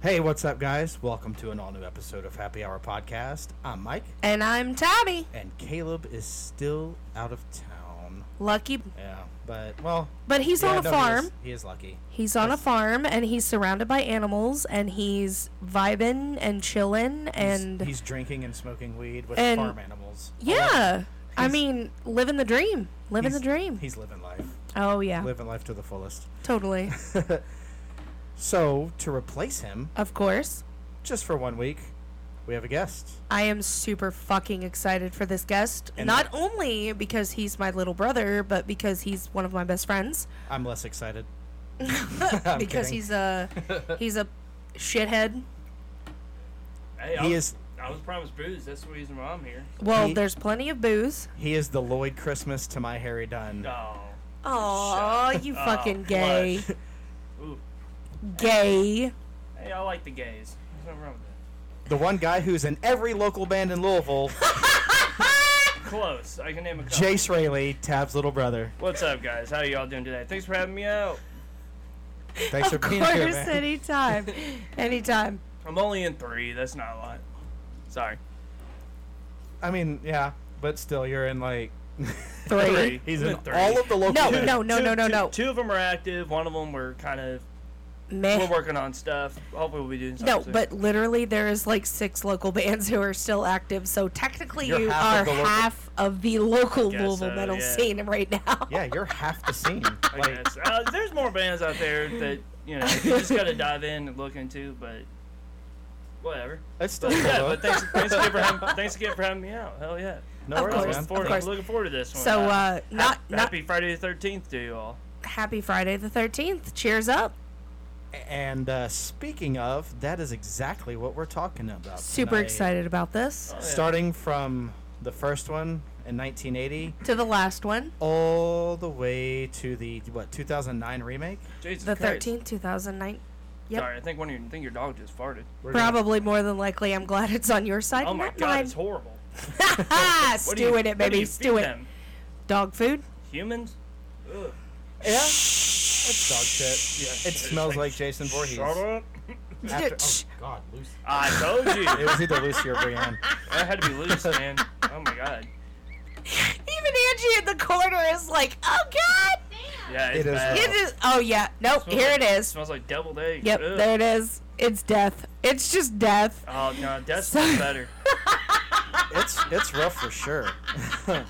Hey, what's up, guys? Welcome to an all new episode of Happy Hour Podcast. I'm Mike, And I'm Tommy. and Caleb is still out of town. Lucky, Yeah, but, well. but he's yeah, on a no, he farm. is- He is, lucky. He's on a Yes. farm and he's surrounded by animals and he's vibing and chilling He's- and he's, drinking and smoking weed with and- farm animals. I love it. yeah. I He's- mean, living the dream. Living the He's- dream. He's living life. Oh yeah. Living life to the fullest. Totally. So, to replace him, of course. just for one week, we have a guest. I am super fucking excited for this guest. And- Not only because he's my little brother, but because he's one of my best friends. I'm less excited. because kidding. he's a he's a shithead. Hey, I He was, is I was promised booze. That's the reason why I'm here. Well, He- there's plenty of booze. he is the Lloyd Christmas to my Harry Dunn. Oh, Oh, you Oh, fucking blush. gay. Ooh. gay. Hey, I like the gays. There's nothing wrong with The one guy who's in every local band in Louisville, that. Close. I can name a couple. Jace Rayleigh, Tab's little brother. What's up, guys? How are y'all doing today? Thanks for having me out. Thanks Of for being here, course, man. anytime. anytime. I'm only in three. That's not a lot. Sorry. I mean, yeah, but still, you're in like Three. Three. he's I'm in in three. all of the local. No, bands. no, no, Two- no, no, two- no. Two of them are active. One of them we're kind of Meh. we're working on stuff. Hopefully, we'll be doing something. Eh. No, soon. but literally there is like six local bands who are still active. So technically You're you half are of the local- half of the local Guess Louisville so, metal yeah. scene right now. Yeah, you're half the scene. I Like, guess. Uh, there's more bands out there that you know you just gotta dive in and look into, but whatever. it's still But yeah, cool, but though. thanks, thanks again for having, thanks again for having me out. Hell yeah. no Of worries, course, man. looking forward, of course. looking forward to this one. So uh not happy, not happy Friday the Thirteenth to you all. happy Friday the thirteenth. Cheers up. And uh, speaking of, that is exactly what we're talking about. Super tonight. excited about this. Oh, yeah. Starting from the first one in 1980 To the last one. all the way to the what 2009 remake. Jesus The Christ. thirteenth, two thousand nine. Yep. Sorry, I think one of your, I think your dog just farted. We're gonna- Probably more than likely. I'm glad it's on your side. Oh my not God, mine. it's horrible. ah, What do you- stewing it, what do baby. you feed Stewing. them? Dog food. Humans. Ugh. yeah, it's dog shit. Yeah, It smells like Jason Voorhees. Shut up. After- oh God, Lucy. I told It you. was either Lucy or Brienne. I had to be loose, man. Oh my God. Even Angie in the corner is like, oh god. Yeah, it's It is bad. rough. It is. Oh yeah. Nope. Smells Here like- it is. Smells like deviled eggs. Yep. Ugh. There it is. It's death. It's just death. Oh no, that's better. It's it's rough for sure.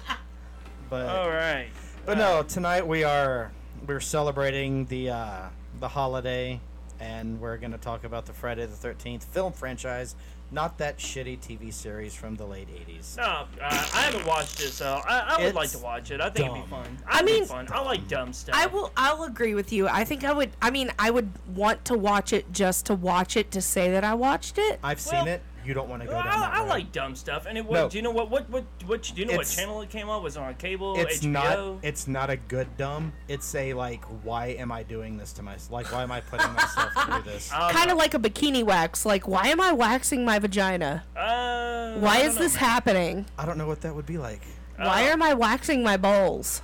but All right. but no, tonight we are we're celebrating the uh, the holiday, and we're gonna talk about the Friday the Thirteenth film franchise, not that shitty TV series from the late '80s. No, uh, I haven't watched it, so I, I would like to It's watch it. I think it'd dumb. be fun. I'd be mean- fun. I like dumb stuff. I will. I'll agree with you. I think I would. I mean, I would want to watch it just to watch it to say that I watched it. I've seen Well, it. You don't want to go Well, down that I, I road. like dumb stuff, and it was. No. Do you know what? What? What? What? Do you know what It's- channel it came on? Was it on cable? It's HBO? not. It's not a good dumb. It's a like. Why am I doing this to myself? Like, why am I putting myself through this? I don't Kind know. of like a bikini wax. Like, why am I waxing my vagina? Uh, Why I is don't this know, happening? I don't know what that would be like. man. Why Uh, am I waxing my balls?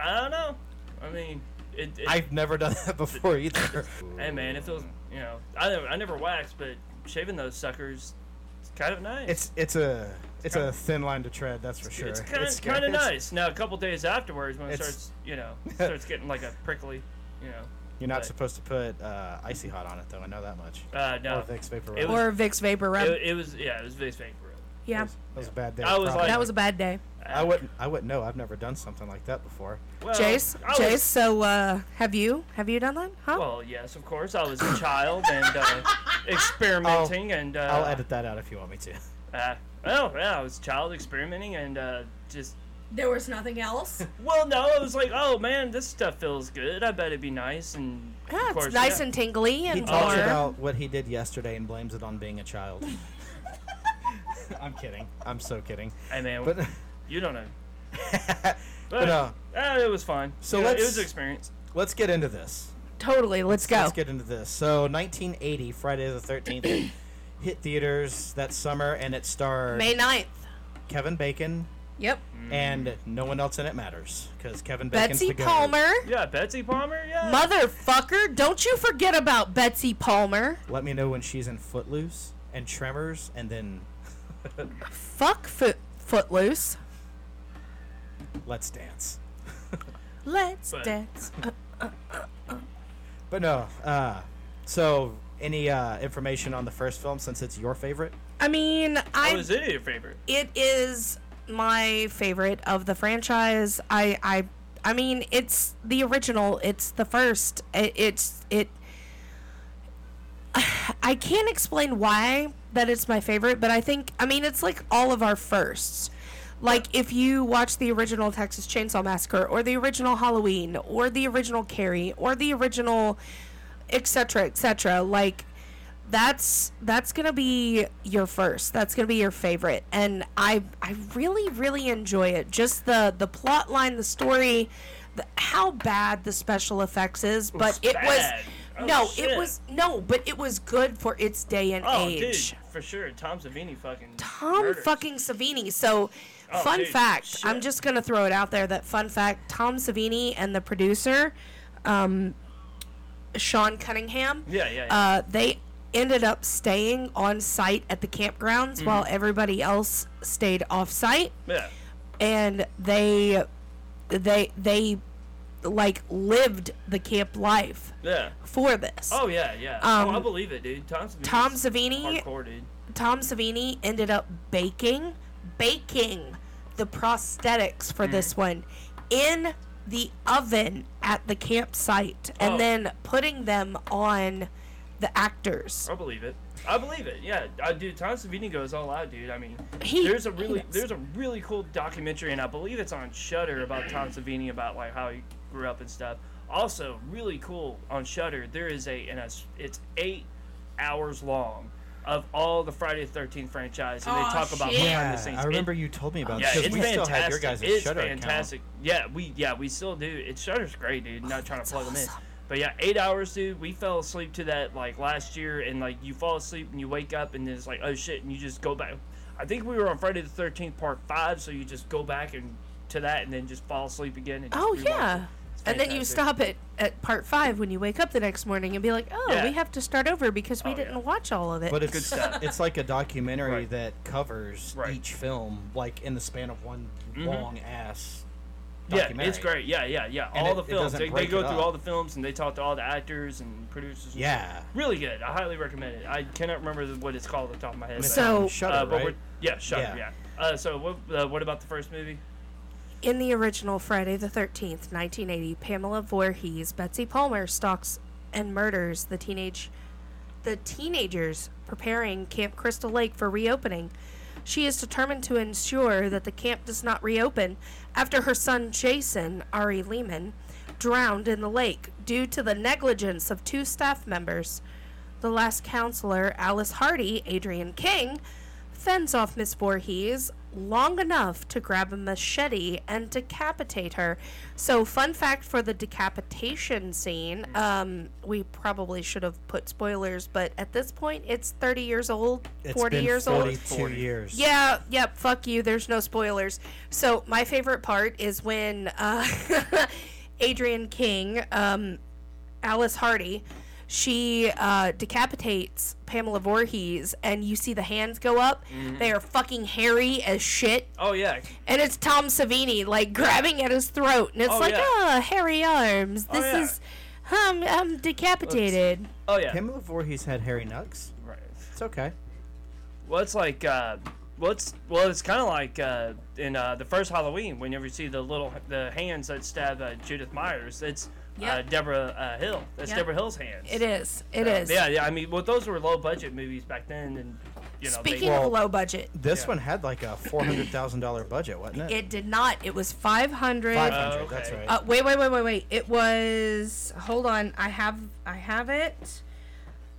I don't know. I mean, it. it I've never done that before either. hey man, if it was, you know, I never, I never waxed, but shaving those suckers, it's kind of nice. It's it's a it's a kinda- thin line to tread. That's for sure. It's kind of scary. kind of It's- nice. Now a couple days afterwards, when it It's- starts, you know, starts getting like a prickly, you know, You're not but- supposed to put uh, icy hot on it though. I know that much. uh, no, Or Vicks Vaporub. It was- or Vicks Vapor Rub. it, it was yeah, it was Vicks Vapor. yeah. That was- that was a bad day. I was probably. like- uh, That was a bad day. I wouldn't. I wouldn't know. I've never done something like that before. Well, Jace, Oh, I was- Jace, so uh, have you? Have you done that? Huh? Well, yes, of course. I was a child and uh, experimenting and. Uh, I'll edit that out if you want me to. Uh, well, yeah, I was a child experimenting and uh, just. there was nothing else. Well, no, I was like, oh man, this stuff feels good. I bet it'd be nice and. Yeah, of it's course, nice yeah. and tingly He and talks warm. about what he did yesterday and blames it on being a child. I'm kidding. I'm so kidding. Hey man, But you don't know. but uh, uh, it was fun. So You know, let's- it was an experience. let's get into this. Totally. Let's go. Let's get into this. So 1980, Friday the 13th, hit theaters that summer, and it starred May 9th. Kevin Bacon, Yep. Mm. and no one else in it matters because Kevin Bacon's Betsy the goat. Palmer. Yeah, Betsy Palmer. Yeah. Motherfucker, don't you forget about Betsy Palmer. Let me know when she's in Footloose and Tremors, and then Fuck foot, Footloose. Let's Dance. Let's But- dance. Uh, But no, uh, so any uh, information on the first film since it's your favorite? I mean, I oh, is it your favorite? it is my favorite of the franchise. I I I mean, it's the original. It's the first. It, it's it. I can't explain why that it's my favorite, but I think I mean it's like all of our firsts. Like if you watch the original Texas Chainsaw Massacre or the original Halloween or the original Carrie or the original etc etc like that's that's gonna be your first that's gonna be your favorite and i i really really enjoy it just the the plot line the story the, how bad the special effects is but it bad. was Oh, no it shit. was no but it was good for its day and Oh, age dude, for sure. Tom Savini fucking. Tom murders. fucking Savini. So, Oh, fun dude, fact. shit. I'm just gonna throw it out there that fun fact. Tom Savini and the producer, um, Sean Cunningham. Yeah, yeah, yeah. Uh, they ended up staying on site at the campgrounds Mm-hmm. while everybody else stayed off site, yeah. and they, they, they, like lived the camp life Yeah. for this. Oh yeah, yeah. oh, I Um, believe it, dude. Tom Savini. Tom Savini Hardcore, dude. Tom Savini ended up baking, baking the prosthetics for Mm. this one in the oven at the campsite and Oh. then putting them on the actors. I believe it. I believe it. Yeah, I do. Tom Savini goes all out, dude. I mean, He- there's a he really does. there's a really cool documentary, and I believe it's on Shutter about Tom Savini about like how he grew up and stuff. Also, really cool on Shutter. There is a and it's, it's eight hours long of all the Friday the Thirteenth franchise, and Aw, they talk about shit. behind the scenes. I It- remember you told me about Yeah, this. it's Uh, we fantastic. still had your guys' it's Shudder account. fantastic. Yeah, we yeah we still do. It's Shutter's great, dude. Not trying to plug them in, but yeah, eight hours, dude. We fell asleep to that like last year, and like you fall asleep and you wake up and then it's like oh shit, and you just go back. I think we were on Friday the Thirteenth Part Five, so you just go back and to that and then just fall asleep again. And just Oh rewatch yeah. it. It's And then you fantastic. stop it at part five when you wake up the next morning and be like, "Oh, Yeah. we have to start over because we Oh, didn't yeah. watch all of it." But it's Good stuff. it's like a documentary Right. that covers Right. Mm-hmm. each film, like in the span of one long ass. Yeah, Documentary. it's great. Yeah, yeah, yeah. And all it- the it films. doesn't They, they break go it through up. all the films and they talk to all the actors and producers. and Yeah. Really good. I highly recommend it. I cannot remember the- what it's called off the top of my head. And it's but- So- on Shudder, uh, but right? we're, yeah, shut up, Yeah. yeah. Uh, so what, uh, what about the first movie? In the original Friday the 13th, 1980, Pamela Voorhees, Betsy Palmer stalks and murders the teenage the teenagers preparing Camp Crystal Lake for reopening. She is determined to ensure that the camp does not reopen after her son Jason, Ari Lehman, drowned in the lake due to the negligence of two staff members. The last counselor, Alice Hardy, Adrian King, fends off Miss Voorhees long enough to grab a machete and decapitate her. So, fun fact for the decapitation scene, um, we probably should have put spoilers, but at this point, it's 30 years old, It's 40 been years old. 42 40. years. Yeah, yep, fuck you. There's no spoilers. So, my favorite part is when uh, Adrian King, um, Alice Hardy, she uh, decapitates Pamela Voorhees, and you see the hands go up. Mm-hmm. They are fucking hairy as shit. Oh yeah, And it's Tom Savini, like, grabbing at his throat. And it's Oh, like, yeah. Oh, oh, hairy arms. This yeah. is. Um, I'm decapitated. oh yeah. Pamela Voorhees had hairy nugs. Right. It's okay. Well, it's like uh, well, it's well, it's kind of like uh, in uh, the first Halloween whenever you see the little the hands that stab uh, Judith Myers. It's uh, Yep. Deborah uh, Hill. That's Yep. Deborah Hill's hands. It is. It is. Yeah, yeah. I mean, well, those were low budget movies back then, and you know, Speaking they, Well- of low budget, This Yeah. one had like a four hundred thousand dollar budget, wasn't it? it did not. It was 500. Five Uh, hundred. okay. That's right. Uh, wait, wait, wait, wait, wait. It was. Hold on. I have. I have it.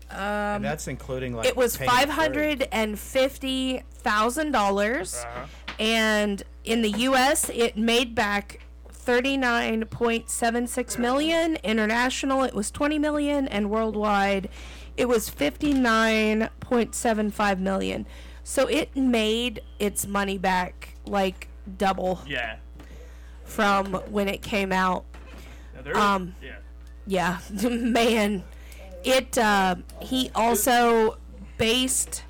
and that's including like. Um, It was paying for five hundred and fifty thousand dollars, Uh-huh. and in the U.S. it made back thirty nine point seven six million. International, it was twenty million, and worldwide, it was fifty nine point seven five million. So it made its money back like double Yeah. from when it came out. Now, there- Um, yeah. Yeah, man. It uh, he also based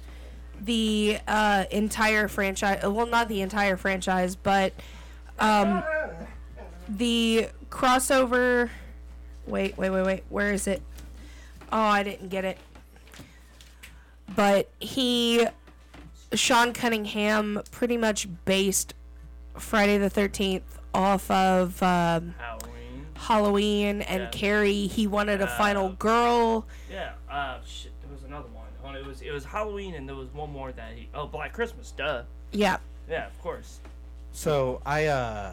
the uh, entire franchise. Well, not the entire franchise, but um, the crossover. Wait, wait, wait, wait. Where is it? Oh, I didn't get it. But he, Sean Cunningham, pretty much based Friday the Thirteenth off of. Um, Halloween. Halloween and Yeah. Carrie. He wanted a Uh, final girl. Yeah. Uh, shit. There was another one. Hold on, It was it was Halloween, and there was one more that he. Oh, Black Christmas. Duh. Yeah. Yeah, of course. So I, uh,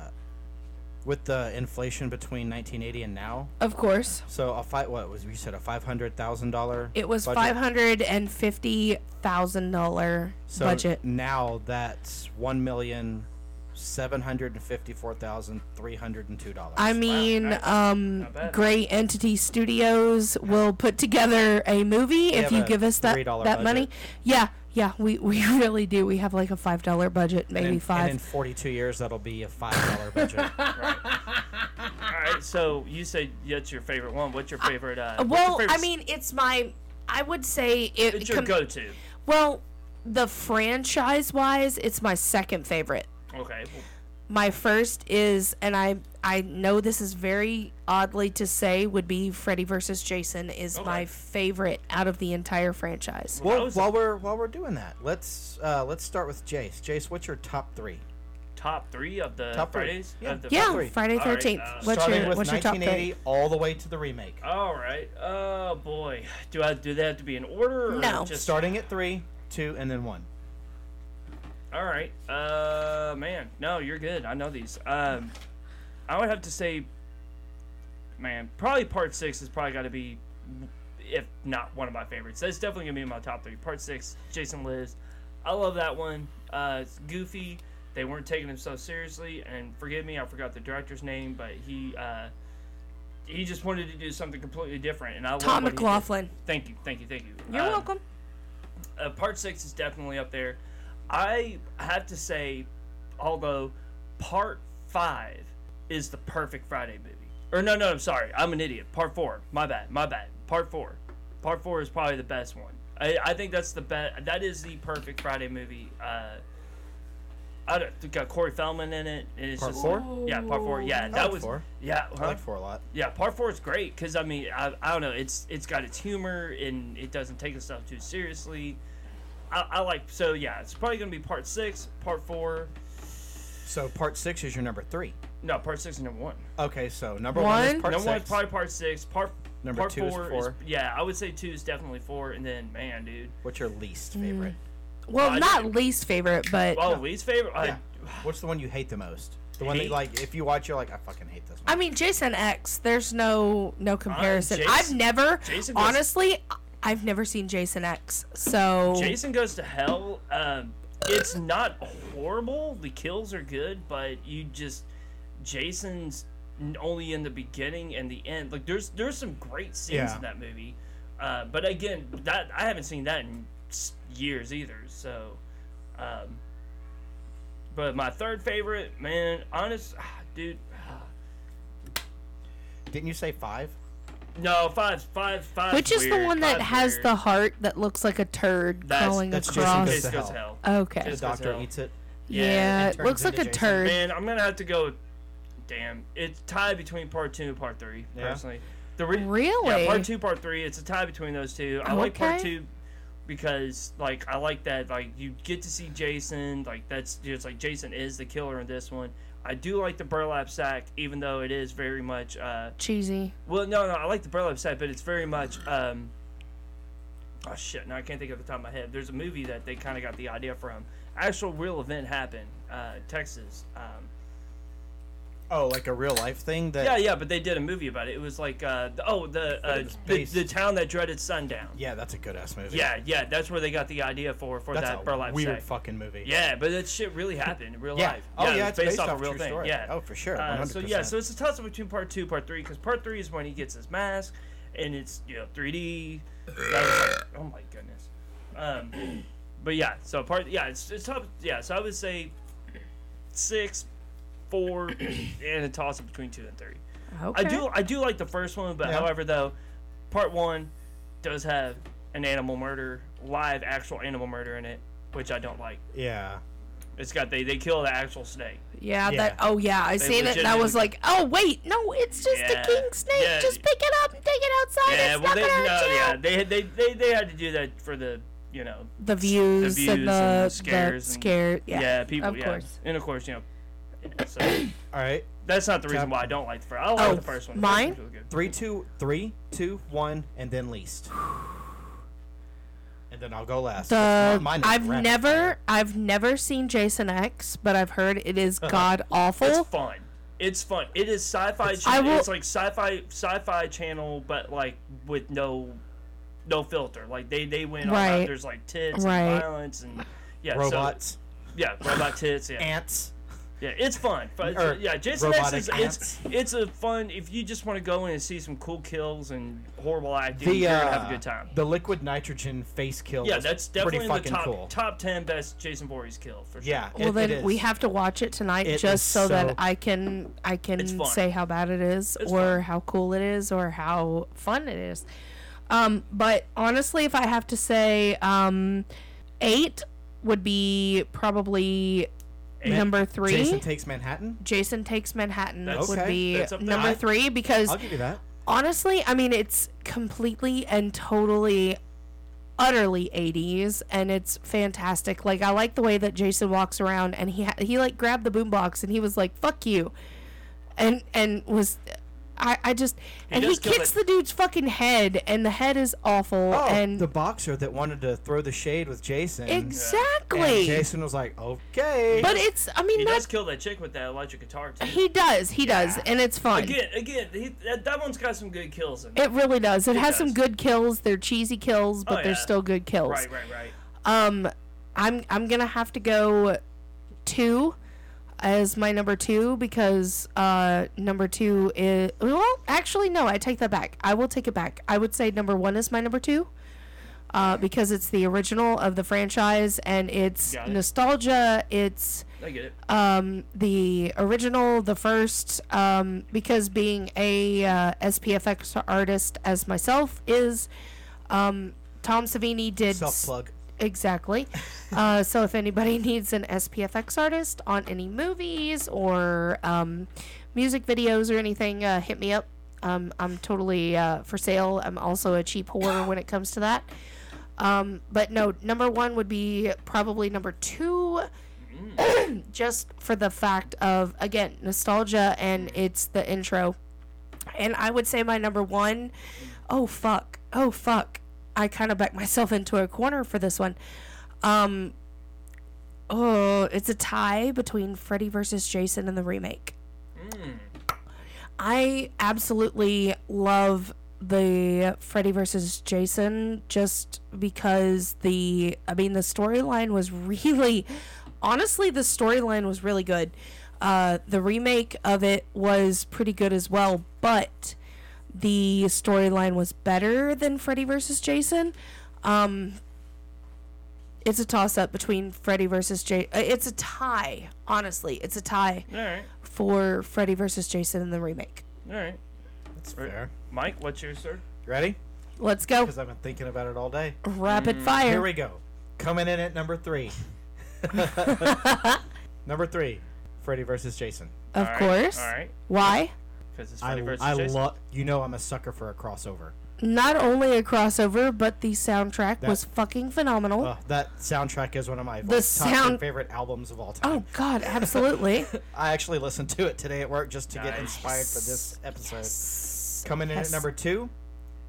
with the inflation between 1980 and now, Of course. so a fight. What was you said a five hundred thousand dollar? It was five hundred and fifty thousand dollar so budget. Now that's one million seven hundred and fifty-four thousand three hundred and two dollars. I mean, nice. um, Not bad. Gray Entity Studios will put together a movie if have you a give us that that $3 money. budget. Yeah, yeah, we, we really do. We have like a five dollar budget, maybe and, in- five. And in forty-two years, that'll be a five-dollar budget. All right. So you said that's your favorite one. What's your favorite? Uh, what's your well, favorite I s- mean, it's my. I would say it. It's your com- go-to. well, the franchise wise, it's my second favorite. Okay. well, my first is and i i know this is very oddly to say would be freddy versus jason is my Okay. favorite out of the entire franchise Well, that well, was while a we're while we're doing that, let's uh, let's start with Jace. Jace, what's your top three? top three of the Top three. Fridays. Yeah. Of the yeah three. friday All right, 13th uh, what's Starting your with what's your top 1980 three all the way to the remake. All right. Oh boy. Do I do they have to be in order? Or No. Just Starting at three, two, and then one. All right. Uh, man. No, you're good. I know these. Um, I would have to say, man, probably part six has probably got to be, if not one of my favorites. That's definitely gonna be in my top three. Part six, Jason Lives. I love that one. Uh, it's goofy. They weren't taking themselves seriously, and forgive me, I forgot the director's name, but he uh, he just wanted to do something completely different, and I love tom what he did. mclaughlin Thank you, thank you, thank you. you're Um, welcome uh, part six is definitely up there. I have to say, although part five is the perfect Friday movie. Or no, no, I'm sorry, I'm an idiot. Part four, my bad, my bad. Part four, part four is probably the best one. I, I think that's the best. That is the perfect Friday movie. Uh, I don't, it's got Corey Feldman in it. and it's Part just four? like- yeah, part four. Yeah, that like was four. yeah. I huh? like four a lot. Yeah, part four is great because I mean I, I don't know it's it's got its humor and it doesn't take itself too seriously. I, I like so yeah it's probably gonna be part six, part four. So part six is your number three. No, part six and number one. Okay, so number one, One? is part number one is six. probably part six. Part Number part two is four. yeah, I would say two is definitely four, and then man, dude, What's your least Hmm. favorite? well I- not least favorite but well, Oh, least favorite. I- Yeah. What's the one you hate the most? The one that Hate? like if you watch, you're like, I fucking hate this one. I mean, Jason X. There's no no comparison. Jason- I've never, Jason goes- honestly, I've never seen Jason X. So Oh. Jason Goes to Hell. Um, it's not horrible. The kills are good, but you just Jason's n- only in the beginning and the end. Like there's there's some great scenes Yeah. in that movie, uh, but again, that I haven't seen that in s- years either. So, um, but my third favorite, man, honest, ah, dude. Didn't you say five? No, five, five, five. which is the weird, one that five's has weird. the heart that looks like a turd That's- crawling that's Jason across? Goes to Jason Goes to Hell. Hell. Okay. The Just goes doctor out. eats it. Yeah, Yeah, it it, turns looks like into a Jason. turd. Man, I'm gonna have to go. with- Damn, it's tied between part two and part three. Yeah. Personally, the re- Really? yeah, part two, part three. It's a tie between those two. I like part Okay. two because like I like that like you get to see Jason. Like that's just like Jason is the killer in this one. I do like the burlap sack, even though it is very much. uh Cheesy. Well, no, no, I like the burlap sack, but it's very much. um Oh shit! Now I can't think of the top of my head. There's a movie that they kind of got the idea from. Actual real event happened, uh, Texas. Um, Oh, like a real life thing that. Yeah, yeah, but they did a movie about it. It was like, uh, the, oh, the, uh, it was the based- the town that dreaded sundown. Yeah, that's a good ass movie. Yeah, yeah, that's where they got the idea for for that's that a burlap weird sack. fucking movie. yeah, but that shit really happened in real Yeah. life. Oh, yeah, it was it's based off a true story. Yeah. Oh, for sure, Uh, so yeah, 100%. so it's a toss up between part two, part three, because part three is when he gets his mask, and it's you know 3D. That was like- oh my goodness. Um, but yeah, so part yeah, it's, it's tough. Yeah, so I would say six, four, and a toss up between two and three. Okay. I do I do like the first one, but Yeah. however though, part one does have an animal murder, live actual animal murder in it, which I don't like. Yeah. It's got they they kill the actual snake. Yeah, Yeah. That. Oh yeah, I seen it. and I was legitimately- like, oh wait, no, it's just Yeah. a king snake. Yeah. Just pick it up and take it outside. Yeah, it's well not they gonna no, hurt you. yeah they, had- they they they had to do that for the you know The views, views and the, and the the scares and- scare. Yeah. yeah, people Of yeah course. and of course you know. yeah, so All right. that's not the reason Cap- why I don't like the first. I like Oh, the first one. The mine? first one's really good. Three, two, three, two, one, and then least. And then I'll go last. The It's my- mine is I've rapid never fire. I've never seen Jason X, but I've heard it is god Uh-huh. It's awful. fun. It's fun. It is sci-fi. It's, I will- it's like sci-fi sci-fi channel, but like with no no filter. Like they they went all out. Right. There's like tits Right. and violence and yeah, so- robots, yeah, robot tits. Yeah, ants. yeah, it's fun. But Or yeah, Jason X robotic is it's ants. it's a fun. If you just want to go in and see some cool kills and horrible acting, The you're uh, gonna have a good time. the liquid nitrogen face kill. yeah, was that's definitely pretty the fucking top cool. top ten best Jason Voorhees kill for sure. Yeah, well it- then it we is. have to watch it tonight It is just so, so- that I can I can fun. say how bad it is It's or fun. how cool it is or how fun it is. Um but honestly if I have to say um 8 would be probably number 3 Jason Jason, takes Manhattan. takes Manhattan That's- would Okay. be That's up there. number I- 3 because I'll give you that. honestly, I mean, it's completely and totally, utterly 80s, and it's fantastic. Like, I like the way that Jason walks around, and he ha- he like grabbed the boombox, and he was like, "Fuck you," and and was. I, I just and he does kill kicks it. the dude's fucking head and the head is awful Oh, and the boxer that wanted to throw the shade with Jason. And exactly Jason was like, okay. but it's I mean He not does kill that chick with that electric guitar too. he does he does and it's fun Again, again, he, that, that one's got some good kills in it. it really does it, has some does. good kills they're cheesy kills but Oh, they're yeah. still good kills Right, right, right. Um, I'm I'm gonna have to go two as my number two because uh number two is well actually no I take that back I will take it back I would say number one is my number two uh because it's the original of the franchise and it's Got it. nostalgia it's I get it. um, the original, the first, um, because being a uh, SPFX artist as myself is, um, Tom Savini did s- Self plug. exactly. uh, so if anybody needs an SPFX artist on any movies or um, music videos or anything, uh, hit me up. Um, I'm totally uh, for sale. I'm also a cheap whore when it comes to that. Um, but no, number one would be probably number two, just for the fact of again nostalgia and it's the intro. And I would say my number one, oh fuck, oh fuck, I kind of backed myself into a corner for this one. Um, oh, it's a tie between Freddy versus Jason and the remake. I absolutely love the Freddy versus Jason just because the I mean the storyline was really honestly the storyline was really good. Uh, the remake of it was pretty good as well, but the storyline was better than Freddy versus Jason. Um, it's a toss up between Freddy versus Jason. It's a tie, honestly. It's a tie All right, for Freddy versus Jason in the remake. all right. That's Right. fair. Mike, what's yours, sir? You ready? Let's go. Because I've been thinking about it all day. Rapid Mm, Here fire. we go. Coming in at number three. number three, Freddy versus Jason. of course. All right. Why? Because it's I, Freddy versus I Jason. love. You know, I'm a sucker for a crossover. Not only a crossover, but the soundtrack was fucking phenomenal. Ugh, Uh, that soundtrack is one of my top sound- favorite albums of all time. oh god, absolutely. I actually listened to it today at work just to get Nice. inspired for this episode. Yes. Coming in Yes. at number two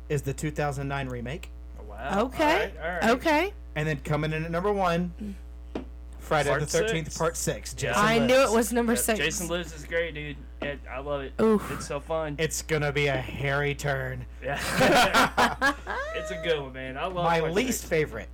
is the 2009 remake, Wow. Okay. All right, all right. Okay. and then coming in at number one, Friday Part the 13th six. Part Six. Yeah. Jason I Lives. knew it was number Yeah, six. Jason Lives is great, dude. It, I love it. Oof. It's so fun. It's gonna be a hairy turn. yeah. it's a good one, man. I love My Freddy least versus- favorite.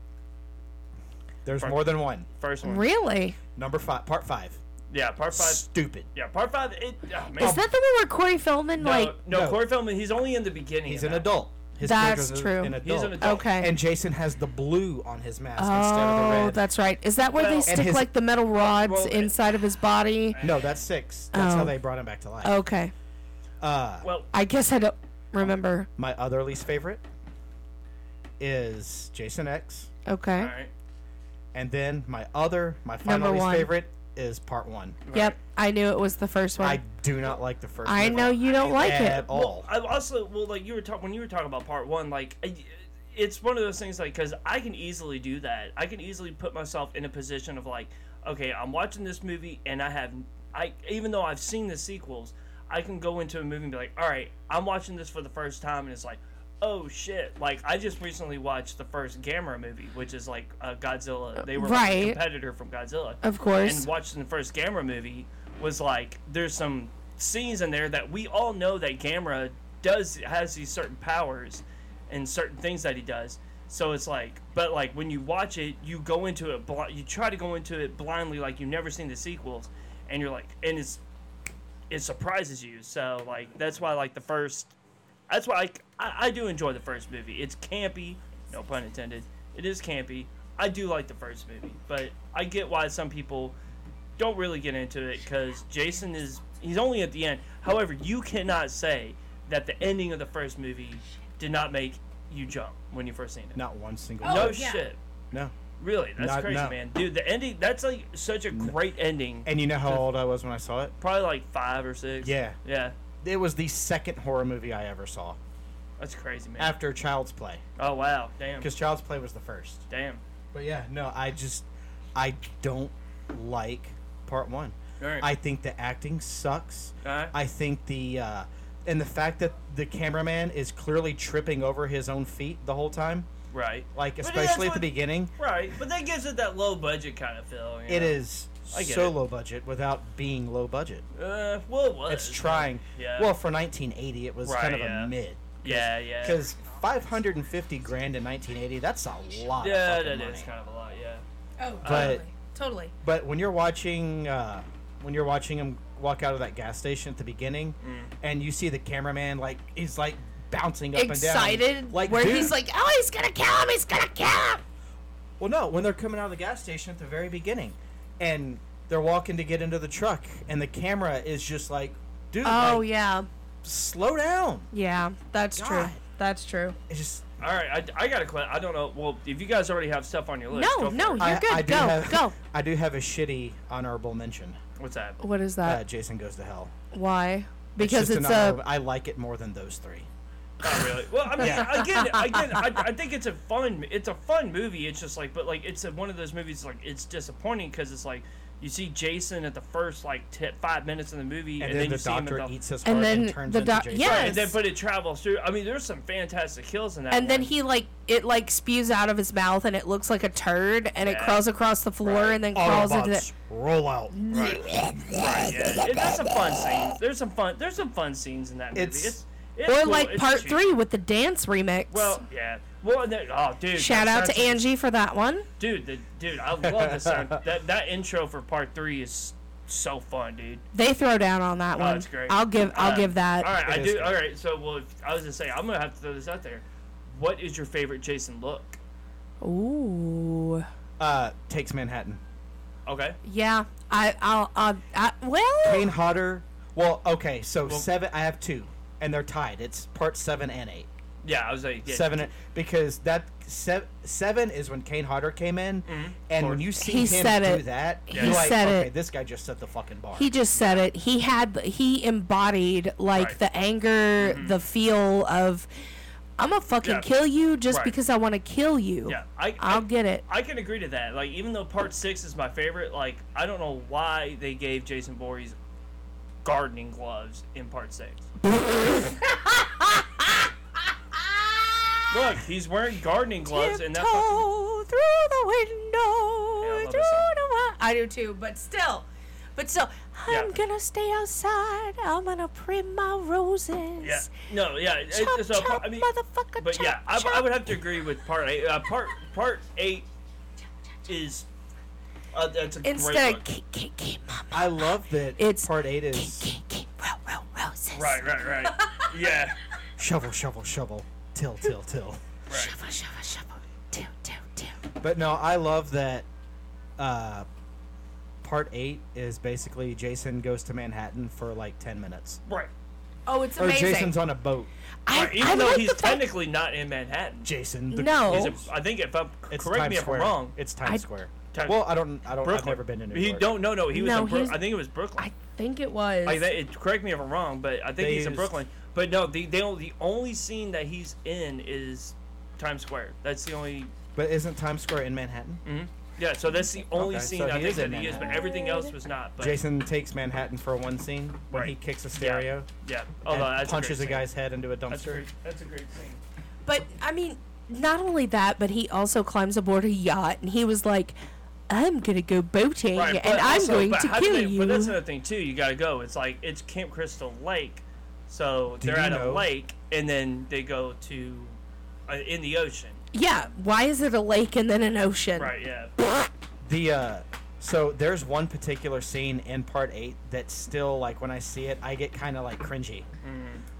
There's Part- more than one. first one. really? Number five, part five. Yeah, part five. Stupid. Yeah, part five. It, oh, man. Is that the one where Corey Feldman no, like no, No. Corey Feldman. He's only in the beginning. He's of an that. adult. His That's character's a- true. An He's adult. an adult. Okay. And Jason has the blue on his mask instead of the Oh, red. that's right. Is that where Well- they And stick his- like the metal rods Well, it- inside of his body? no, that's six. That's Oh. how they brought him back to life. Okay. Uh, Well, I guess I don't remember. my other least favorite is Jason X, Okay. all right. and then my other, my final Number least one. favorite is Part One. Yep. I knew it was the first one. I I, do not like the first. movie know you don't like at it. all. I also well, like you were talking when you were talking about part one, like I, it's one of those things, like because I can easily do that. I can easily put myself in a position of like, okay, I'm watching this movie, and I have, I even though I've seen the sequels, I can go into a movie and be like, all right, I'm watching this for the first time, and it's like. Oh shit! Like I just recently watched the first Gamera movie, which is like uh, Godzilla. They were like, a Right. competitor from Godzilla Of course. and watching the first Gamera movie was like there's some scenes in there that we all know that Gamera does has these certain powers and certain things that he does. So it's like, but like when you watch it, you go into it, bl- you try to go into it blindly, like you've never seen the sequels, and you're like, and it's it surprises you. So like that's why like the first, that's why like, I I do enjoy the first movie. It's campy, no pun intended. It is campy. I do like the first movie, but I get why some people don't really get into it because Jason is he's only at the end. However, you cannot say that the ending of the first movie did not make you jump when you first seen it. Not one single. No No, Oh, yeah. shit. no. Really, that's Not- crazy, no. man. Dude, the ending that's like such a great ending. And you know how old I was when I saw it? Probably like five or six. Yeah. Yeah. It was the second horror movie I ever saw That's crazy, man. after Child's Play, oh wow. Damn. because Child's Play was the first. Damn. But yeah, no, I just I don't like part one. Alright. Uh, I think the acting sucks. Alright. I think the uh, and the fact that the cameraman is clearly tripping over his own feet the whole time, Right. like But especially that's at the what- beginning, Right. But that gives it that low budget kind of feel. you it know? is I get so it. low budget without being low budget. Uh, well, it was. It's trying. Yeah. Well, for 1980, it was Right, kind of yeah. a mid. yeah, yeah. Because 550 grand in 1980, that's a lot. of yeah, fucking that money. is kind of a lot. Yeah. Oh, But- totally. Totally. But when you're watching, uh, when you're watching him walk out of that gas station at the beginning, Mm. and you see the cameraman like he's like bouncing up and down, Excited, like where dude- he's like, "Oh, he's gonna kill him! He's gonna kill him!" well, no, when they're coming out of the gas station at the very beginning, and they're walking to get into the truck, and the camera is just like, dude, Oh like, yeah, slow down. yeah. That's true. God. That's true. It's just All right, I, I got a question. I don't know. Well, if you guys already have stuff on your list, No, go for no, it. You're I, good. I do Go, have, go. I do have a shitty honorable mention. What's that? What is Uh, that? Jason goes to hell Why? Because just it's an a honorable- I like it more than those three. Not really. Well, I mean, Yeah. again, again, I, I think it's a fun, it's a fun movie. It's just like, but like, it's a, one of those movies. Like, it's disappointing because it's like you see Jason at the first like t- five minutes of the movie, And, and, then, the you see him doctor at the, eats his And heart and, then turns the into doc- Jason. yeah. and then but it travels through. I mean, there's some fantastic kills in that. and then one. he like it like spews out of his mouth and it looks like a turd and it Yeah. crawls across the floor Right. and then crawls into Autobots the roll out. Right. right. Yeah. It, that's a fun scene. There's some fun. There's some fun scenes in that movie. It's- It's, it's, or cool, like it's part cheap. three with the dance remix. Well, yeah. Well, and then, oh, dude. shout that out to soundtrack- Angie for that one. Dude, the, dude, I love the sound. that that intro for part three is so fun, dude. They throw down on that one. Oh, it's great. I'll give I'll Uh, give that. All right, It I is do. good. All right, so well, if, I was gonna say I'm gonna have to throw this out there. What is your favorite Jason look? Ooh. Uh, takes Manhattan. Okay. Yeah. I I'll, I'll I well Kane Hodder. Well, okay, so seven. I have two, and they're tied. It's part seven and eight. Yeah, I was like yeah, Seven because that se- seven is when Kane Hodder came in, Mm-hmm. and when you see He him said do it. that, He you're like, said okay, it. this guy just set the fucking bar. he just said it. He had he embodied like Right. Mm-hmm. the anger, the feel of I'm gonna fucking Yeah. kill you just Right. because I want to kill you. Yeah, I, I'll I- get it. I can agree to that. Like, even though part six is my favorite, like, I don't know why they gave Jason Voorhees gardening gloves in part six. Look, he's wearing gardening gloves, and that's fucking, Tiptoe through the window. Yeah, I love that through song. the wi- I do too, but still, but still, I'm Yeah. gonna stay outside. I'm gonna print my roses. yeah, no, yeah. it- Chop, so, chop, I mean, motherfucker, but chop, yeah, I, chop. I would have to agree with part eight. Uh, part part eight is uh, that's a Instead great of look. kick, kick, kick, mama, I love that. It's- part eight kick, is kick, kick, row, row, roses. right, right, right. yeah, shovel, shovel, shovel. Till, till, till. Right. Shuffle, shuffle, shuffle. Two, two, two. But no, I love that uh, part eight is basically Jason goes to Manhattan for like 10 minutes. Right. Oh, it's Or amazing. Jason's on a boat. I, Right, Even I though like he's the fact- technically not in Manhattan. Jason. The, No. He's a, I think if I'm Oh. It's correct Times me if Square. I'm wrong. It's Times I- Square. Ti- Well, I don't. I don't. I've Brooklyn. never been to New he York. don't. No, no. He was No, in. Brook he's- I think it was Brooklyn. I think it was. Like that, it, correct me if I'm wrong, but I think They he's in used- Brooklyn. But no, the they don't, the only scene that he's in is Times Square. That's the only. But isn't Times Square in Manhattan? Mm-hmm. Yeah, so that's the only Okay, scene so I he think is in that he is, but Manhattan. everything else was not. But Jason takes Manhattan for one scene when he Right. kicks a yeah, stereo Yeah. Although and that's punches a, a great scene. guy's head into a That's a dumpster. great. That's a great scene. But I mean, not only that, but he also climbs aboard a yacht, and he was like, "I'm gonna go boating, Right, but and I'm also- going but to how do kill they- you." But that's another thing too. You gotta go. It's like it's Camp Crystal Lake, so Do they're you at know- a lake, and then they go to uh, in the ocean. yeah, why is it a lake and then an ocean? Right. Yeah. The uh, so there's one particular scene in part eight that still like when I see it, I get kind of like cringy.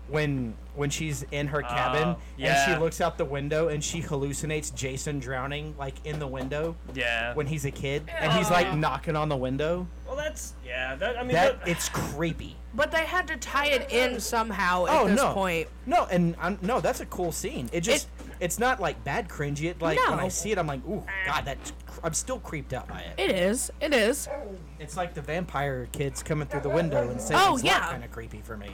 When when she's in her cabin Mm-hmm. Oh, yeah. and she looks out the window and she hallucinates Jason drowning like in the window Yeah. when he's a kid and he's like knocking on the window. well, that's yeah. That I mean. That that- it's creepy. But they had to tie it in somehow at oh this no, point. no, and I'm, no, that's a cool scene. It just it's not like bad cringy. It like when I No. see it, I'm like, ooh, god, that's cr- I'm still creeped out by it. It is. It is. It's like the vampire kids coming through the window and saying, Oh, it's yeah. kind of creepy for me.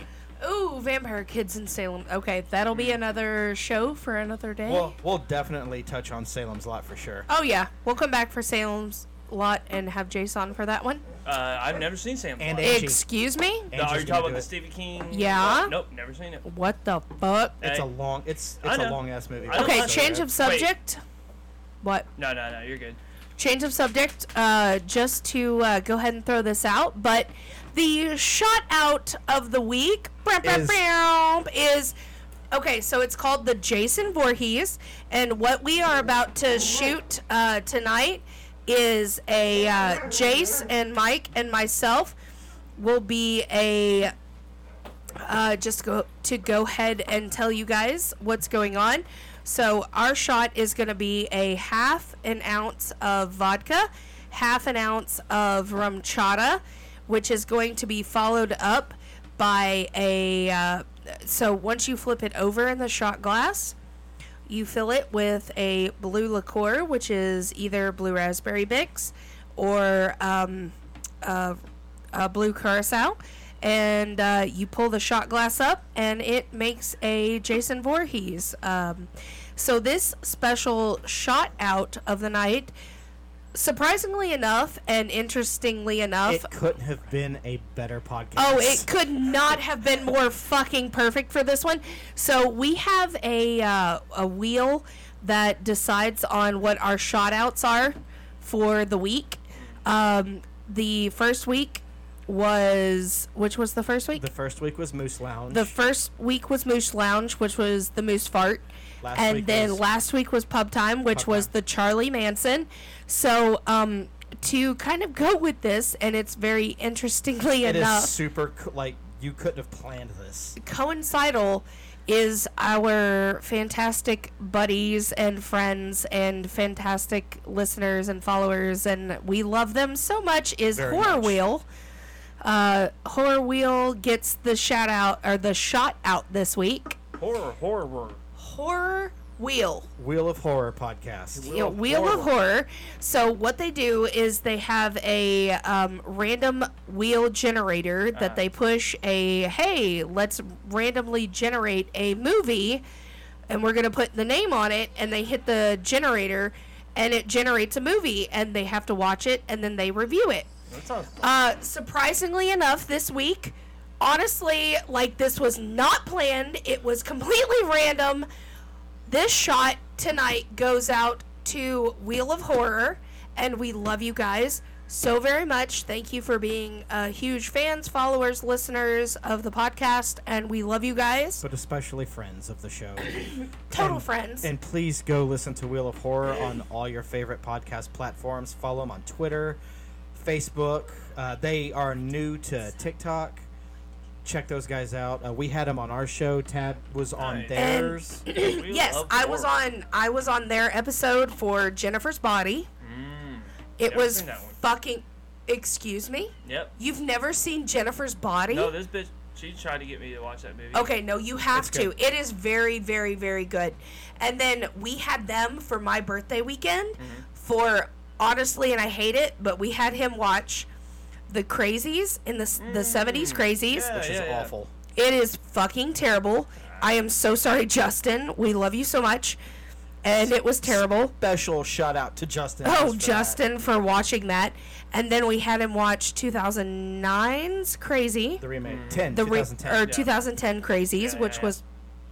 Ooh, Vampire Kids in Salem. Okay, that'll be another show for another day. Well, we'll definitely touch on Salem's Lot for sure. oh yeah, we'll come back for Salem's Lot and have Jason for that one. uh, I've never seen Sam. And Blunt. it- Angie. Excuse me. No, are Angie's you gonna talking about do the it. Stephen King? Yeah. Nope, never seen it. What the fuck? It's a Hey. long, it's I it's a know. long ass movie. I know. Okay, Also, change uh, of subject. What? No, no, no. You're good. Change of subject. Uh, just to uh, go ahead and throw this out, but the shot out of the week brr, brr, Is- brr, is okay. So it's called the Jason Voorhees, and what we are about to shoot uh, tonight is a uh, Jace and Mike and myself will be a uh, just go to go ahead and tell you guys what's going on. So our shot is going to be a half an ounce of vodka, half an ounce of rum chata, which is going to be followed up by a. Uh, so once you flip it over in the shot glass, you fill it with a blue liqueur, which is either blue raspberry bix or um, uh, a blue curacao, and uh, you pull the shot glass up, and it makes a Jason Voorhees. Um, so this special shot out of the night, surprisingly enough and interestingly enough, It couldn't have been a better podcast. Oh, it could not have been more fucking perfect for this one. So we have a uh, a wheel that decides on what our shout outs are for the week. Um, the first week was which was the first week? The The, first week was Moose Lounge. first week was Moose Lounge, which was the Moose Fart. Last and week then was- last week was Pub Time, which Pub was Time. the Charlie Manson. So, um, to kind of go with this, and it's very interestingly it enough. is super co- like you couldn't have planned this. coincidental is our fantastic buddies and friends and fantastic listeners and followers and we love them so much is Very horror much. wheel uh, horror wheel gets the shout out or the shot out this week Horror, horror. horror wheel Wheel of Horror podcast. you know, Wheel of Horror. So what they do is they have a um, random wheel generator that they push a hey, let's randomly generate a movie, and we're gonna put the name on it, and they hit the generator, and it generates a movie, and they have to watch it, and then they review it. That sounds. Uh, surprisingly enough, this week, honestly, like this was not planned. It was completely random. This shot tonight goes out to Wheel of Horror, and we love you guys so very much. Thank you for being uh, huge fans, followers, listeners of the podcast, and we love you guys. But especially friends of the show. Total friends. And please go listen to Wheel of Horror on all your favorite podcast platforms. Follow them on Twitter, Facebook. Uh, they are new to TikTok. check those guys out. Uh, we had them on our show. Tab was on Nice. And- theirs. We yes, love I was horror. on I was on their episode for Jennifer's Body. Mm, It Never was seen that one. fucking excuse me? yep. You've never seen Jennifer's Body? No, this bitch. She tried to get me to watch that movie. Okay, no, you have It's to. good. It is very, very, very good. And then we had them for my birthday weekend for honestly, and I hate it, but we had him watch the Crazies in the s the seventies Crazies. yeah. which is awful. It is fucking terrible. I am so sorry, Justin. We love you so much, and it was terrible. Special shout out to Justin. Oh, just for that. Justin, for watching that. And then we had him watch 2009's Crazy The remake. Mm. 10, the re- 2010. or 2010 Crazies, Yeah, which yeah, was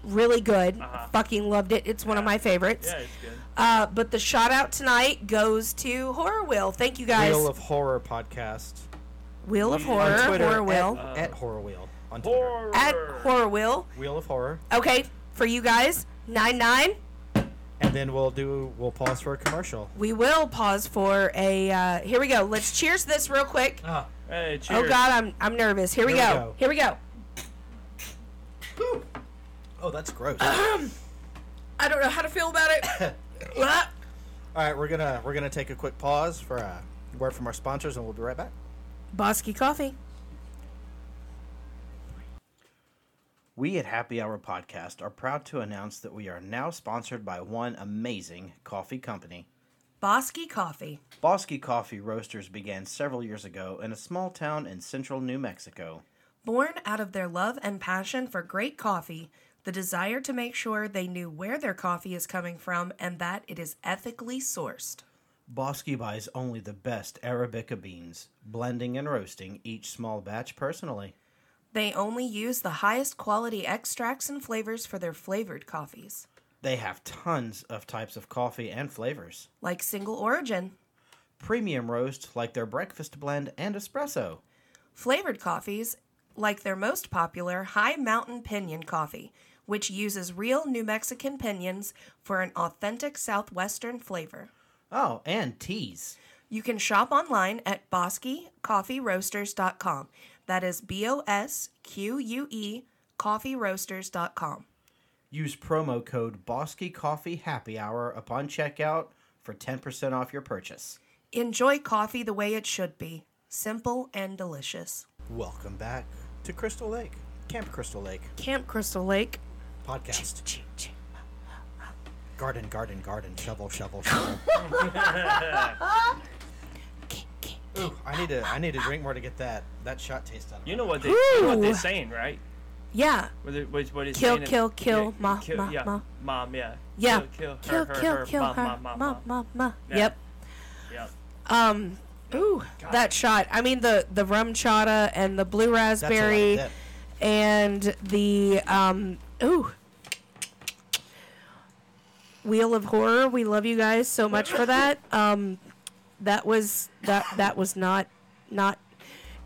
really good. Uh-huh. Fucking loved it. It's one of my favorites. Yeah, it's good. Uh, but the shout out tonight goes to Horror Wheel. Thank you guys. Wheel of Horror podcast. Wheel of on Horror, on Twitter. Horror at- Wheel, At, Horror Wheel. On Twitter. Uh. Horror. at Horror Wheel. Wheel of Horror. Okay, for you guys, nine nine. And then we'll do, we'll pause for a commercial. We will pause for a. Uh, here we go. Let's cheers this real quick. Ah. Hey, cheers. Oh God, I'm I'm nervous. Here we Here we go. go. Here we go. Oh, that's gross. I don't know how to feel about it. Ah. All right, we're gonna we're gonna take a quick pause for a word from our sponsors, and we'll be right back. Bosky Coffee. We at Happy Hour Podcast are proud to announce that we are now sponsored by one amazing coffee company. Bosky Coffee. Bosky Coffee Roasters began several years ago in a small town in central New Mexico. Born out of their love and passion for great coffee, the desire to make sure they knew where their coffee is coming from and that it is ethically sourced. Bosky buys only the best Arabica beans, blending and roasting each small batch personally. They only use the highest quality extracts and flavors for their flavored coffees, They have tons of types of coffee and flavors. like single origin, Premium roast like their breakfast blend and espresso. flavored coffees, like their most popular High Mountain Pinion coffee, which uses real New Mexican pinions for an authentic Southwestern flavor. Oh, and teas. You can shop online at boskycoffeeroasters.com. That is B O S Q U E coffeeroasters.com. Use promo code Bosky Coffee Happy Hour upon checkout for 10% off your purchase. Enjoy coffee the way it should be simple and delicious. Welcome back to Crystal Lake, Camp Crystal Lake Camp Crystal Lake. podcast. Garden, garden, garden, shovel, shovel, shovel. Ooh, I need to I need to drink more to get that that shot taste out of You it. know what they you know what Ooh. they're saying, right? Yeah. What it, what, what it's Kill, saying is- kill, kill, yeah, ma, kill, ma, yeah, ma. mom, yeah, Yeah. kill, Kill, kill, her, kill, kill her. mom, Ma, ma, ma. Yeah. Yep. Yeah. Um. Ooh, that shot. I mean, the the rum chata and the blue That's a lot of raspberry. dip. and the um ooh Wheel of Horror. We love you guys so much for that. Um that was that that was not not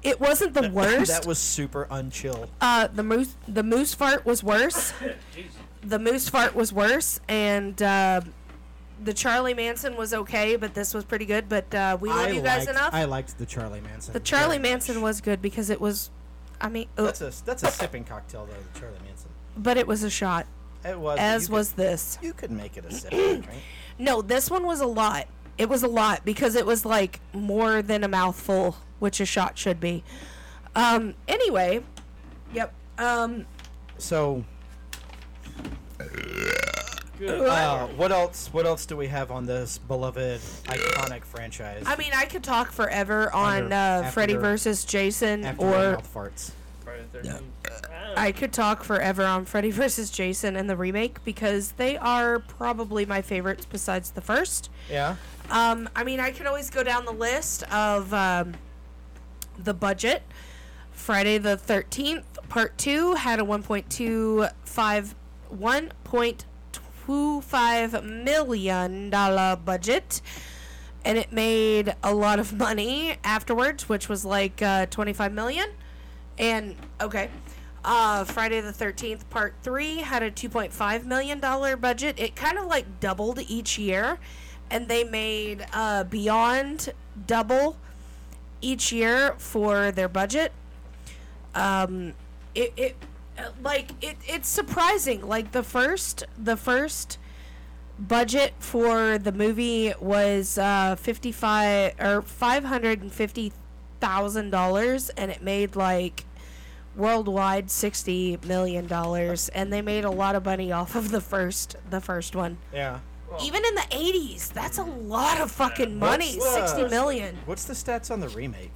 it wasn't the worst. That was super unchill. uh the moose the moose fart was worse. the moose fart was worse and uh the Charlie Manson was okay, but this was pretty good. But uh, we love I you guys liked, enough. I liked the Charlie Manson. the Charlie very Manson much. was good because it was, I mean, uh, That's a that's a sipping cocktail though, the Charlie Manson. but it was a shot, It was as you was this. could, you could make it a sipping drink. No, this one was a lot. It was a lot because it was like more than a mouthful, which a shot should be. Um, anyway, yep. Um, So Good. Uh, what else? What else do we have on this beloved iconic franchise? I mean, I could talk forever on Under- uh, after- Freddy versus Jason, After my or mouth farts. Friday the 13th. I could talk forever on Freddy versus Jason and the remake because they are probably my favorites besides the first. Yeah. Um, I mean, I can always go down the list of um, the budget. Friday the 13th, part two, had a 1.25 $1.25 million dollar budget. And it made a lot of money afterwards, which was like uh, 25 million. And okay. Uh, Friday the 13th, part three, had a $2.5 million dollar budget. It kind of like doubled each year. And they made uh, Beyond double each year for their budget. Um, it it uh, like it it's surprising. Like the first the first budget for the movie was uh 55 or 550 thousand dollars and it made like worldwide 60 million dollars and they made a lot of money off of the first the first one Yeah. even in the 80s that's a lot of fucking money What's the- 60 million What's the stats on the remake?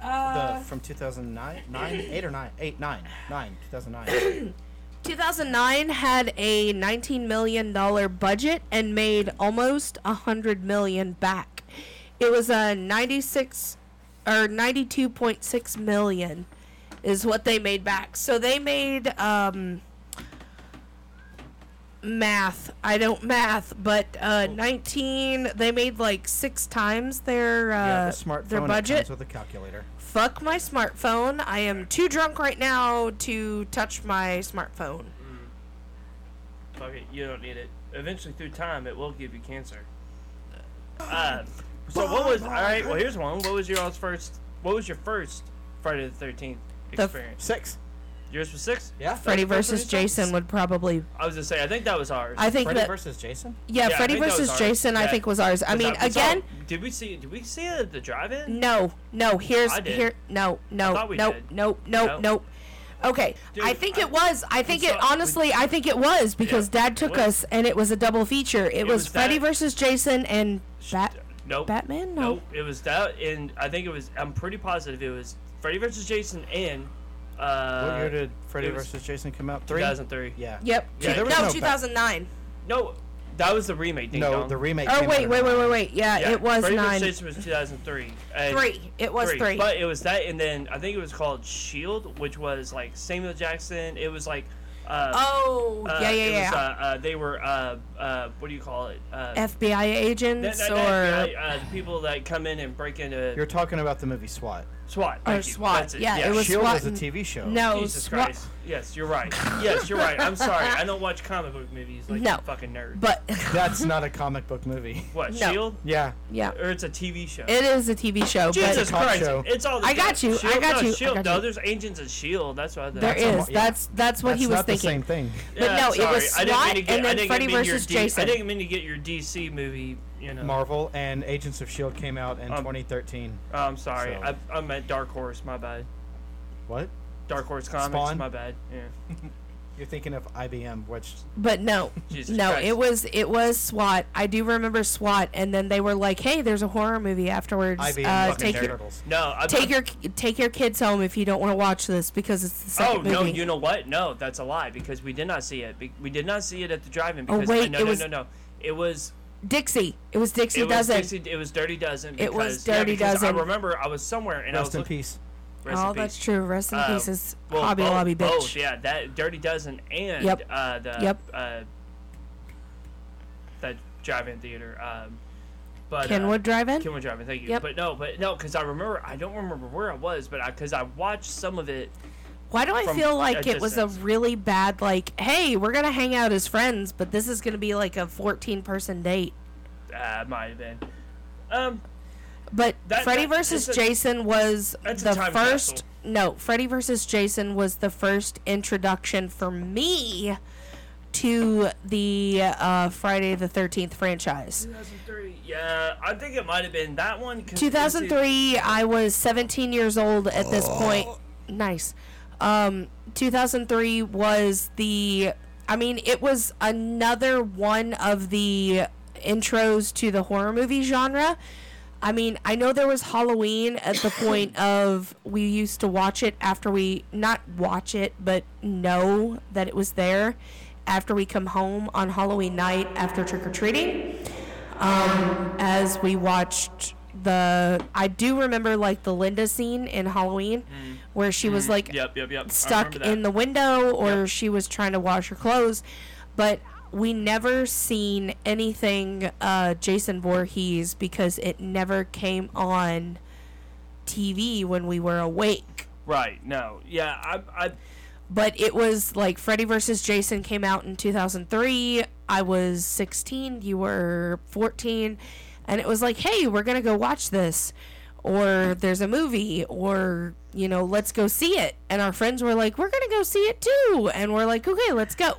Uh, the from 2009, 9, 8 or 9, 8, 9, 9, Uh, 2009. 2009 had a 19 million dollar budget and made almost 100 million back it was a 96 or 92.6 million is what they made back so they made um math i don't math but uh 19 they made like six times their uh yeah, the smartphone their that budget comes with a calculator. Fuck my smartphone. I am too drunk right now to touch my smartphone. Fuck it, you don't need it. Eventually, through time, it will give you cancer. Uh, so what was all right? Well, here's one. What was your all's first? What was your first Friday the Thirteenth The f- experience? Six. Yours was six. Yeah. Freddy that's- that's versus what he said. Jason would probably. I was gonna say I think that was ours. I think Freddy that. versus Jason? yeah, Yeah, I Freddy think that was versus ours. Jason, I Yeah. think was ours. I Was mean, that- was all- again, did we see? Did we see it at the drive-in? no, no. Here's I did. here. No, no, thought no, we no, did. no, No. no, Okay, I Dude, think I- it was. I think it saw- we- honestly. I think it was because Yeah, Dad took was. us, and it was a double feature. It, was, was that- Freddy versus Jason and Bat. Nope. Batman? No. Nope. It was that, and I think it was. I'm pretty positive it was Freddy versus Jason and. Uh, what year did Freddy it was versus Jason come out? Three? 2003. Yeah. Yep. Yeah, there was no, no Bat- 2009. No, that was the remake. Ding No, dong. the remake. Oh came out wait, in wait, wait, 09. wait, wait. Yeah, Yeah, it was Freddy nine. versus Jason was 2003. and- Three. It was three. But it was that, and then I think it was called Shield, which was like Samuel Jackson. It was like. Uh, Oh, uh, yeah, yeah, it yeah. Was, uh, uh, they were. Uh, uh, what do you call it? Uh, FBI that- agents that- or that- uh, the people that come in and break into You're talking about the movie SWAT. SWAT. or thank you. SWAT. That's it. Yeah, yeah, it was Shield SWAT. was a TV show. No, Jesus SWAT. Christ. Yes, you're right. Yes, you're right. I'm sorry. I don't watch comic book movies like No. you fucking nerd. But That's not a comic book movie. what, No. Shield? Yeah. yeah, Or it's a TV show. it is a TV show. Jesus a cop Christ. show. It's all the I got you, I Shield, got no, you, I Shield, got no, you. there's agents in Shield. That's what I But there That's is. a mo- yeah. That's that's what That's he was not the thinking. same thing. But no, it was I didn't mean SWAT to get, and I then didn't Freddy mean your versus D- I Jason. didn't mean to get your DC movie, you know. Marvel and Agents of S.H.I.E.L.D. E came out in Um, 2013. oh, I'm sorry. So- I, I meant Dark Horse. My bad. What? Dark Horse Comics. Spawn? My bad. Yeah. You're thinking of IBM, which But no, Jesus no, Christ. it was it was SWAT. I do remember SWAT, and then they were like, "Hey, there's a horror movie afterwards. IBM uh, fucking take your turtles. No, I, take your take your kids home if you don't want to watch this because it's the Oh second movie." no! You know what? No, that's a lie because we did not see it. Be- We did not see it at the drive-in. Oh, Because wait, no, it no, was- no, no. It was Dixie. It was Dixie it was Dozen. Dixie- it was Dirty Dozen. Because, It was yeah, Dirty because Dozen. I remember I was somewhere and I was Rest in looking- peace. rest in Oh, that's peace. true. Rest in Uh, peace is well, Hobby both- Lobby bitch. Both, yeah, that Dirty Dozen and Yep. uh, the Yep. uh, that drive-in theater. Um, but uh, Kenwood Drive-In. Kenwood Drive-in. Thank you. Yep. But no, but no, because I remember I don't remember where I was, but I because I watched some of it. Why do I from feel like a it was a distance. really bad like, hey, we're gonna hang out as friends, but this is gonna be like a fourteen person date. Uh, might have been. Um, But That- Freddy that- versus it's a- Jason was That's a the time first capsule. no, Freddy versus Jason was the first introduction for me to the uh, Friday the thirteenth franchise. 2003. Yeah, I think it might have been that one. 'cause- 2003 i was 17 years old at this point nice um 2003 was the i mean it was another one of the intros to the horror movie genre i mean i know there was halloween at the point of we used to watch it after we not watch it but know that it was there after we come home on halloween night after trick-or-treating as we watched the I do remember like the Linda scene in Halloween where she was like Mm-hmm. Yep, yep, yep. I stuck remember that. in the window or she was trying to wash her clothes but we never seen anything uh Jason Voorhees because it never came on TV when we were awake Right. No. Yeah. I. I. but it was like Freddy versus Jason came out in 2003. I was 16, you were 14, and it was like, "Hey, we're going to go watch this." or there's a movie or you know let's go see it and our friends were like we're gonna go see it too and we're like okay let's go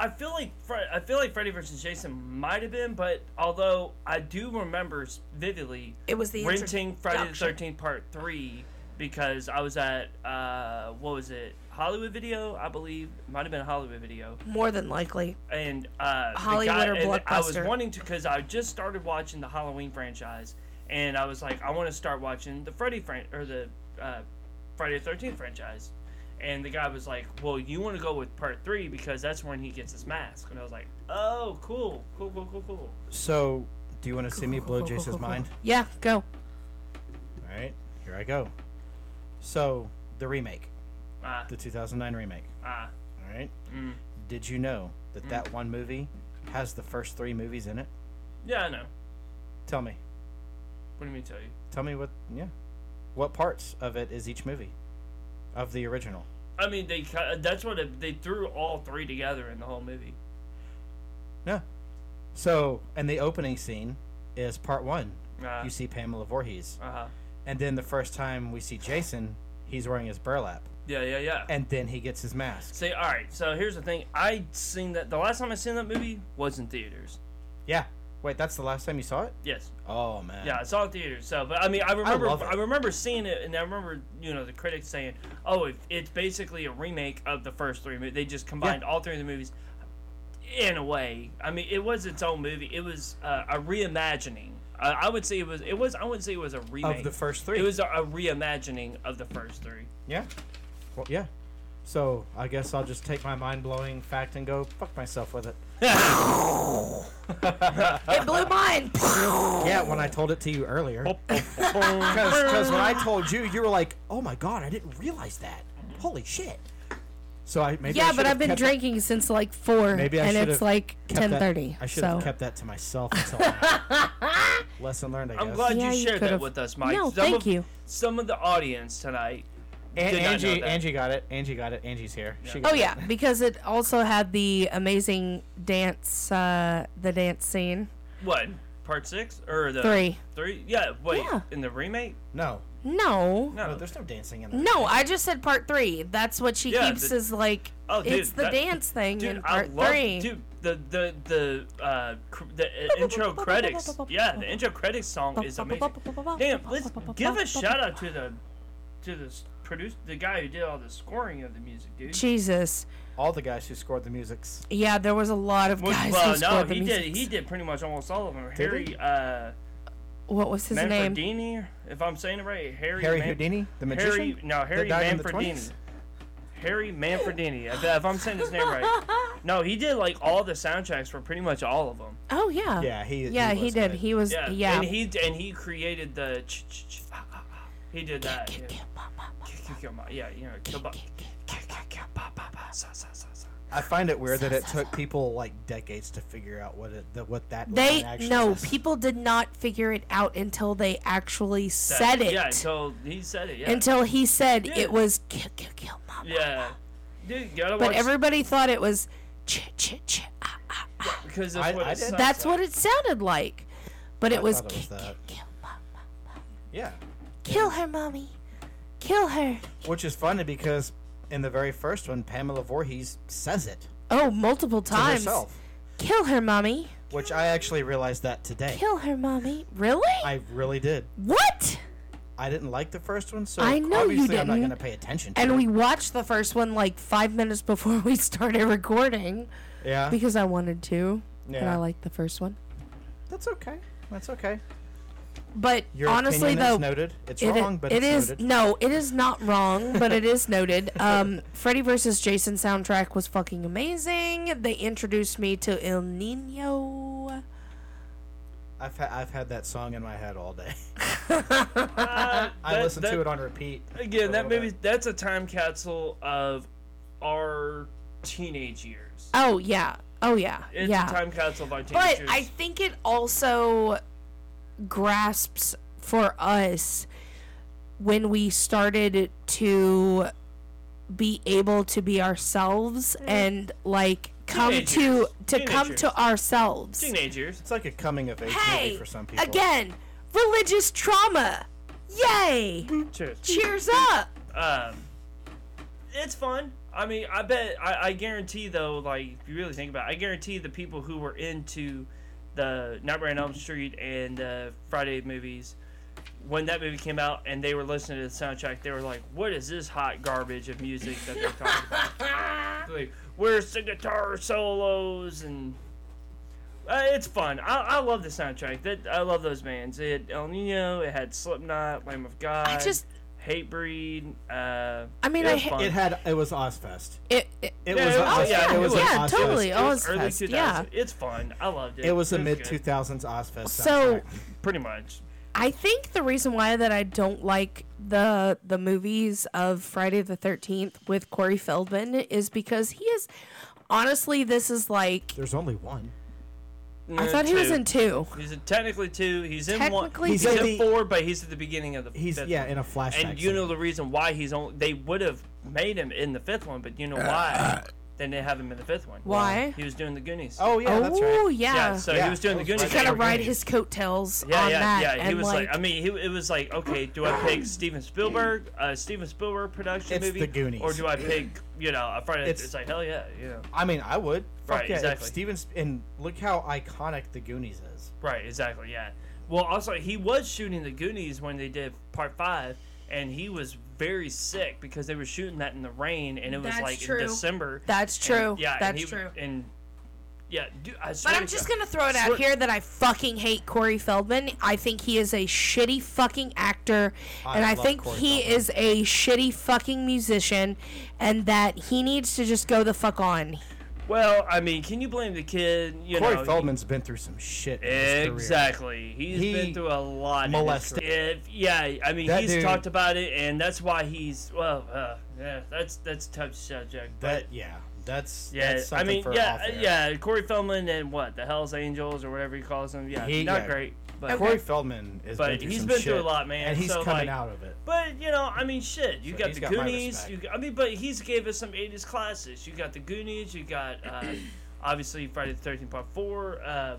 I feel like Fre- I feel like Freddy versus Jason might have been, but although I do remember vividly it was the renting Friday the introduction. Thirteenth Part Three because I was at uh, what was it Hollywood Video I believe It might have been a Hollywood Video more than likely and uh, the Hollywood guy- or and I was Blockbuster? wanting to because I just started watching the Halloween franchise and I was like I want to start watching the Freddy fran- or the uh, Friday the Thirteenth franchise. And the guy was like, "Well, you want to go with part three because that's when he gets his mask." And I was like, "Oh, cool, cool, cool, cool, cool." So, do you want to see me blow Jason's mind? yeah go All right, here I go. So, the remake, Ah, the 2009 remake. ah, All right. mm. Did you know that that one movie has the first three movies in it? yeah, I know. Tell me. What do you mean tell you? Tell me what. Yeah. What parts of it is each movie of the original? I mean, they ki- that's what it, they threw all three together in the whole movie. No. So, and the opening scene is part one. Uh, You see Pamela Voorhees, uh-huh. and then the first time we see Jason, he's wearing his burlap, Yeah, yeah, yeah. and then he gets his mask. See, all right. So here's the thing. I seen that the last time I seen that movie was in theaters. Yeah. Wait, that's the last time you saw it? Yes. Oh man. Yeah, I saw it in theaters. So, but I mean, I remember, love it. I, remember seeing it, and I remember, you know, the critics saying, "Oh, it, it's basically a remake of the first three movies. They just combined all three of the movies." In a way, I mean, it was its own movie. It was uh, a reimagining. Uh, I would say it was. It was. I wouldn't say it was a remake Of the first three. It was a, a reimagining of the first three. Yeah. Well, yeah. So I guess I'll just take my mind blowing fact and go fuck myself with it. it blew mine Yeah, when I told it to you earlier. Because when I told you, you were like, "Oh my god, I didn't realize that. Holy shit!" So I maybe I yeah should but have i've been kept that- drinking since like four Maybe I and should it's have like kept that- 10.30 I should so have kept that to myself until now. lesson learned. I guess. I'm glad Yeah, you you shared that could've- with us, Mike. No, some thank of, you. Some of the audience tonight. An- did not know Angie, that. Angie got it. Angie got it. Angie's here. She got Oh yeah, because it also had the amazing dance, uh, the dance scene. What part six or the Three. Three? Yeah. Wait. Yeah. In the remake? it. No, No, no, No. there's no dancing in it. no, I just said part three. That's what she Yeah, keeps the- is like. Oh, dude, it's the that- dance thing Dude, in I part love three. dude the the the uh cr- the uh, intro credits. Yeah, the intro credits song is amazing. Damn, let's give a shout out to the to the s- produce the guy who did all the scoring of the music, dude. Jesus, All the guys who scored the musics. yeah, there was a lot of Well, guys well, who scored no, the he music. did. He did pretty much almost all of them. Did Harry he? uh, What was his name? Manfredini, if I'm saying it right. Harry Harry Man- Houdini, the magician. Harry, no, Harry died in the Manfredini. 20s? Harry Manfredini, if, if I'm saying his name right. No, he did like all the soundtracks for pretty much all of them. Oh yeah, Yeah, he. yeah, he, was did. good. He was yeah. Yeah, and he and he created the. Ch- ch- ch- ah, ah, ah. He did that. Kick, yeah. kick, ma, ma, ma, Kick, kick, kill, ma- Yeah, you know, kill, ba- kick, kick. kick, kick, kill, ba- ba- ba- sa- sa- sa- sa. I find it weird that it took people like decades to figure out what it, the, what that. They line actually no, is. people did not figure it out until they actually That- said it. Yeah, until he said it. Yeah. until he said Yeah. it was kill kill kill mama. yeah. Dude, you gotta But watch everybody thought it was ch ch ch. ah, ah. because that's I- what I it did. sounds That's like. what it sounded like. But it was thought it was kill kill that. kill mama. Yeah, Kill her, mommy. Kill her. which is funny because in the very first one, Pamela Voorhees says it Oh, multiple to times. herself, Kill her, mommy. which I actually realized that today. Kill her, mommy. Really? I really did. what? I didn't like the first one, so I know you obviously I'm not didn't. going to pay attention. To And it. we watched the first one like five minutes before we started recording yeah, because I wanted to. And Yeah. I liked the first one. that's okay. That's okay. But Your honestly, opinion though, is noted. It's It i- wrong, but it it's is noted. no, it is not wrong, but it is noted. Um, Freddy vs. Jason soundtrack was fucking amazing. They introduced me to El Nino. I've ha- I've had that song in my head all day. Uh, I that- listened that- to it on repeat. for a Again, that little movie bit. that's a time capsule of our teenage years. Oh yeah, oh yeah, It's yeah. a time capsule of our teenage but years. I think it also grasps for us when we started to be able to be ourselves Mm-hmm. and like come Teenagers. to to come Teenagers. to ourselves. teenage years. It's like a coming of age hey, movie for some people. again, religious trauma. Yay! Cheers. Cheers up! Um, it's fun. I mean, I bet, I, I guarantee though, like if you really think about, it, I guarantee the people who were into the Nightmare on Elm Street and uh, Friday movies, when that movie came out and they were listening to the soundtrack, they were like, "What is this hot garbage of music that they're talking about? like, where's the guitar solos and?" Uh, it's fun. I, I love the soundtrack. That I love those bands. It El Nino. It had Slipknot, Lamb of God. I just, Hatebreed. Uh, I mean, it I was ha- fun. It It had it was Ozfest. it, it, It Yeah, was it an was- Oz- yeah, it it was an yeah, Ozfest. totally. It was early Ozfest, yeah. 2000s. It's fun. I loved it. It was a mid good. two thousands Ozfest. So- soundtrack. Pretty much. I think the reason why that I don't like the the movies of Friday the Thirteenth with Corey Feldman is because he is honestly this is like there's only one. I thought he was in two. He's in technically two. He's in one. Technically He's, two. in He's at the- four, but he's at the beginning of the. He's fifth yeah one. in a flashback. And you know scene. the reason why he's on. They would have made him in the fifth one, but you know Uh, why? Then they have him in the fifth one. Why? He was doing the Goonies. Oh yeah, that's oh right. yeah. Yeah, so Yeah. he was doing the To Goonies. to kind They of were ride Goonies. his coattails Yeah, on yeah, that. yeah. He and was like, like, I mean, he, it was like, okay, do I pick Steven Spielberg, uh, Steven Spielberg production It's movie, The Goonies. or do I pick, you know, a Friday? It's, It's- like hell yeah, yeah, I mean, I would. Fuck Right, yeah. exactly. If Steven Sp- and look how iconic the Goonies is. right, exactly, yeah. Well, also he was shooting the Goonies when they did part five, and he was very sick because they were shooting that in the rain, and it was That's like true. in December. that's And- true. yeah, and that's he- true. And yeah, dude, I swear But I'm to just God. gonna throw it Swear- out here that I fucking hate Corey Feldman. I think he is a shitty fucking actor, I and I love think Corey he Feldman. is a shitty fucking musician, and that he needs to just go the fuck on. Well, I mean, can you blame the kid? You Corey know, he- Feldman's been through some shit. in his career. Exactly. He's been He through a lot. in his molested- career. If- yeah, I mean, That he's dude- talked about it, and that's why he's well. Uh, yeah, that's that's a tough subject. But That yeah. That's yeah, That's I something mean, for yeah, off air. yeah. Corey Feldman and what the Hell's Angels or whatever he calls them. Yeah, He- not yeah. great. But Corey Feldman has But been through he's some been shit, through a lot, man, and he's so, coming like- out of it. But you know, I mean, shit. You So got he's the got my Goonies. respect. You, got- I mean, but he's gave us some '80s classics. You got the Goonies. You got uh, obviously Friday the Thirteenth Part Four. Uh,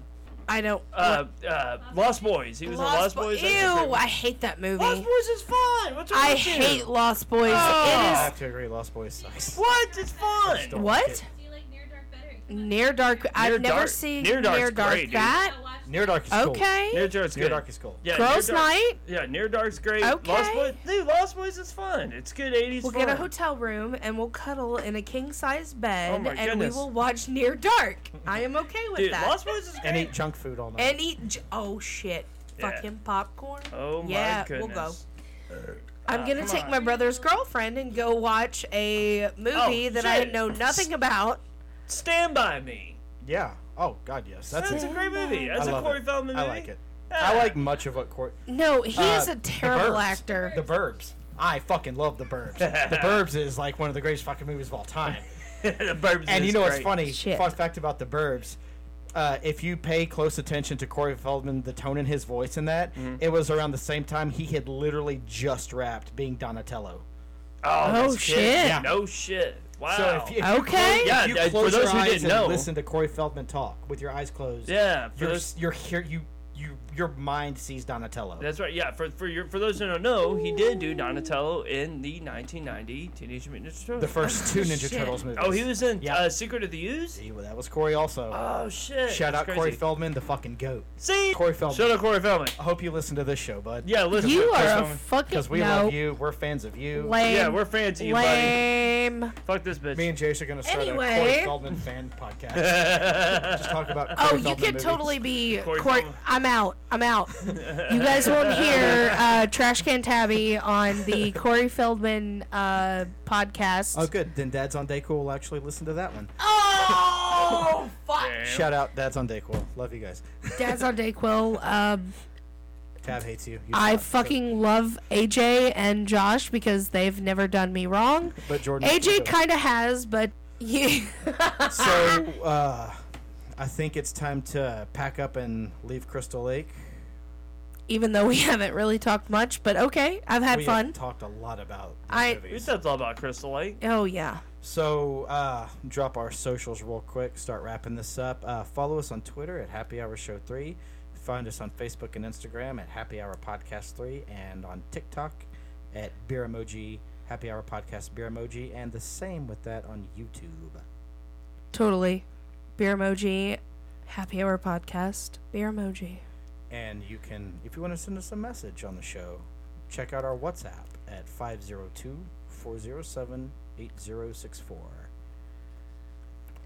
I don't. uh, uh, Lost Boys. He was in Lost Bo- Boys. Ew, That's my favorite. I hate that movie. Lost Boys is fun. What's wrong I with you? hate Lost Boys. Oh. I It have to agree. Lost Boys sucks. What? It's is fun. what Do you like Near Dark better? near dark. I've never Dark- seen Near near Dark's dark. great, dude. that I watched Near Dark is cool. okay? Near Dark's Near good. Dark is cool. Yeah, Girls' Near Dark- Night. Yeah, Near Dark's great. Lost Okay. Boys. Dude, Lost Boys is fun. It's good 80s We'll fun. get a hotel room and we'll cuddle in a king size Oh bed my and we goodness. will watch Near Dark. I am okay with Dude, that. Lost Boys is great. And eat junk food all night. and eat. j- Oh shit. Yeah. Fucking popcorn. oh my yeah, goodness. we'll go. I'm gonna come take on. my brother's girlfriend and go watch a movie Oh, that I shit. know nothing about. Stand by me. yeah. Oh God, yes. That's That's it. a great movie. I That's a love Corey it. Feldman movie. Ah. I like it. Yeah. I like much of what Corey. No, he Uh, is a The terrible Burbs. actor. The Burbs. I fucking love The Burbs. the Burbs is like one of the greatest fucking movies of all time. the Burbs And is you know what's great. funny? Shit. Fun fact about The Burbs. Uh, if you pay close attention to Corey Feldman, the tone in his voice in that, Mm-hmm. it was around the same time he had literally just rapped being Donatello. Oh, Oh, that's good. shit. Yeah. No shit. Wow. So if, you- if you Okay. close- Yeah, if you uh, for close those your who eyes didn't and know. listen to Corey Feldman talk with your eyes closed. yeah. For you're those, you're here. You you your mind sees Donatello. That's right. Yeah, for for your for those who don't know, he did do Donatello in the 1990 Teenage Mutant Ninja Turtles. the first two Ninja Shit. Turtles movies. oh, he was in Yeah. uh, Secret of the Ooze. He- that was Corey also. Oh shit! Shout That's out Corey crazy. Feldman, the fucking goat. See, Corey Feldman. Shout out Corey Feldman. I hope you listen to this show, bud. Yeah, listen. You Corey are a Feldman. fucking Because we no. love you. We're fans of you. Lame. Yeah, we're fans of you, buddy. lame. Fuck this bitch. Me and Jace are gonna start a Anyway. Corey Feldman fan podcast. Just talk about. Corey Oh, you Feldman can movies. totally be. Corey Corey, Feldman. I'm out. I'm out. you guys won't hear uh, Trash Can Tabby on the Corey Feldman uh, podcast. Oh, good. Then Dad's on Day Cool. will Actually, listen to that one. Oh, fuck. Damn. Shout out Dad's on Day Cool. Love you guys. Dad's on Dayquil. Um, Tab hates you. You I suck. fucking love AJ and Josh because they've never done me wrong. But Jordan. AJ kind of has, but you. So, uh, I think it's time to pack up and leave Crystal Lake. even though we haven't really talked much, but okay, I've had we have fun. talked a lot about. these I- We movies. said all about Crystal Lake. oh yeah. So, uh, drop our socials real quick. Start wrapping this up. Uh, follow us on Twitter at Happy Hour Show Three. Find us on Facebook and Instagram at Happy Hour Podcast 3 and on TikTok at Beer Emoji, Happy Hour Podcast Beer Emoji, and the same with that on YouTube. Totally. Beer emoji, happy hour podcast, beer emoji. And you can, if you want to send us a message on the show, check out our WhatsApp at 502 407 8064.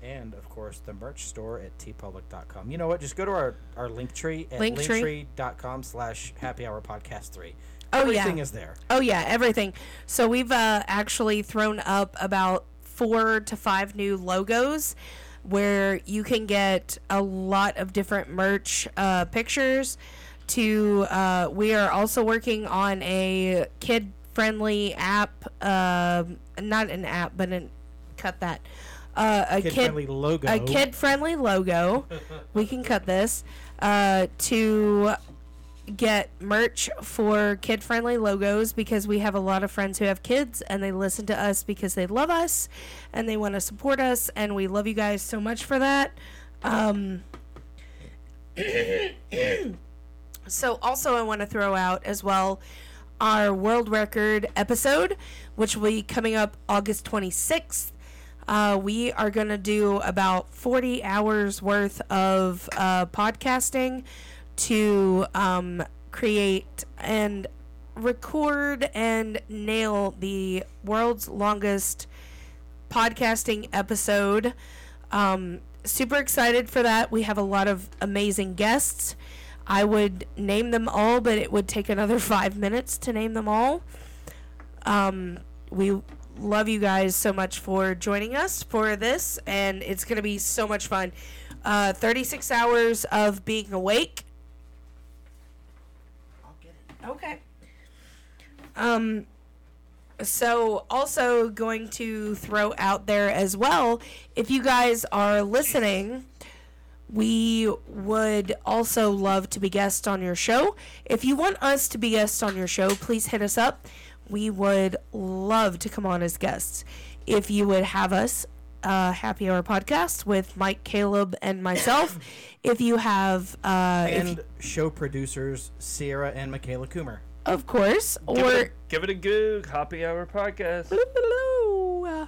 And of course, the merch store at tpublic.com. You know what? Just go to our, our link tree at Linktree. linktree.com slash happy hour podcast three. Oh, yeah. Everything is there. Oh yeah, everything. So we've uh, actually thrown up about four to five new logos where you can get a lot of different merch uh, pictures. To uh, we are also working on a kid friendly app, um not an app, but an cut that uh, a Kid kid friendly logo. a kid friendly logo. we can cut this uh, to get merch for kid friendly logos because we have a lot of friends who have kids and they listen to us because they love us and they want to support us and we love you guys so much for that. Um, so also I want to throw out as well our world record episode which will be coming up August 26th. Uh, we are going to do about 40 hours worth of uh, podcasting to um, create and record and nail the world's longest podcasting episode. Um, super excited for that. We have a lot of amazing guests. I would name them all, but it would take another five minutes to name them all Um, we love you guys so much for joining us for this and it's going to be so much fun uh, 36 hours of being awake okay um so also going to throw out there as well if you guys are listening we would also love to be guests on your show. If you want us to be guests on your show, please hit us up. We would love to come on as guests. If you would have us, uh, Happy Hour Podcast with Mike, Caleb, and myself. if you have, uh, if- and show producers Sierra and Michaela Coomer. of course, Give it, a, or give it a go. Happy Hour Podcast. Oh,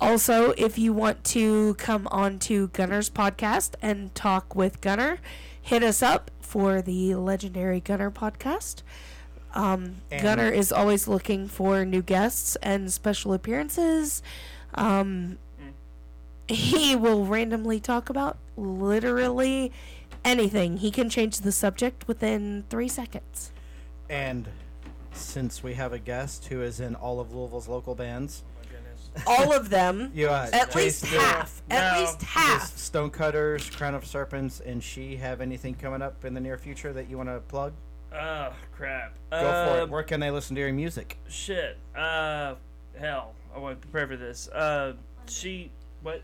Also, if you want to come on to Gunner's podcast and talk with Gunner, hit us up for the legendary Gunner podcast. Um, And- Gunner is always looking for new guests and special appearances. Um, He will randomly talk about literally anything. He can change the subject within three seconds. And since we have a guest who is in all of Louisville's local bands, All of them. you uh, At Jace least Stewart, half. At No. least half. Stonecutters, Crown of Serpents, and she have anything coming up in the near future that you want to plug? Oh, crap. Go for it. Um, Where can they listen to your music? Shit. Uh, hell. I want to prepare for this. Uh, she. What?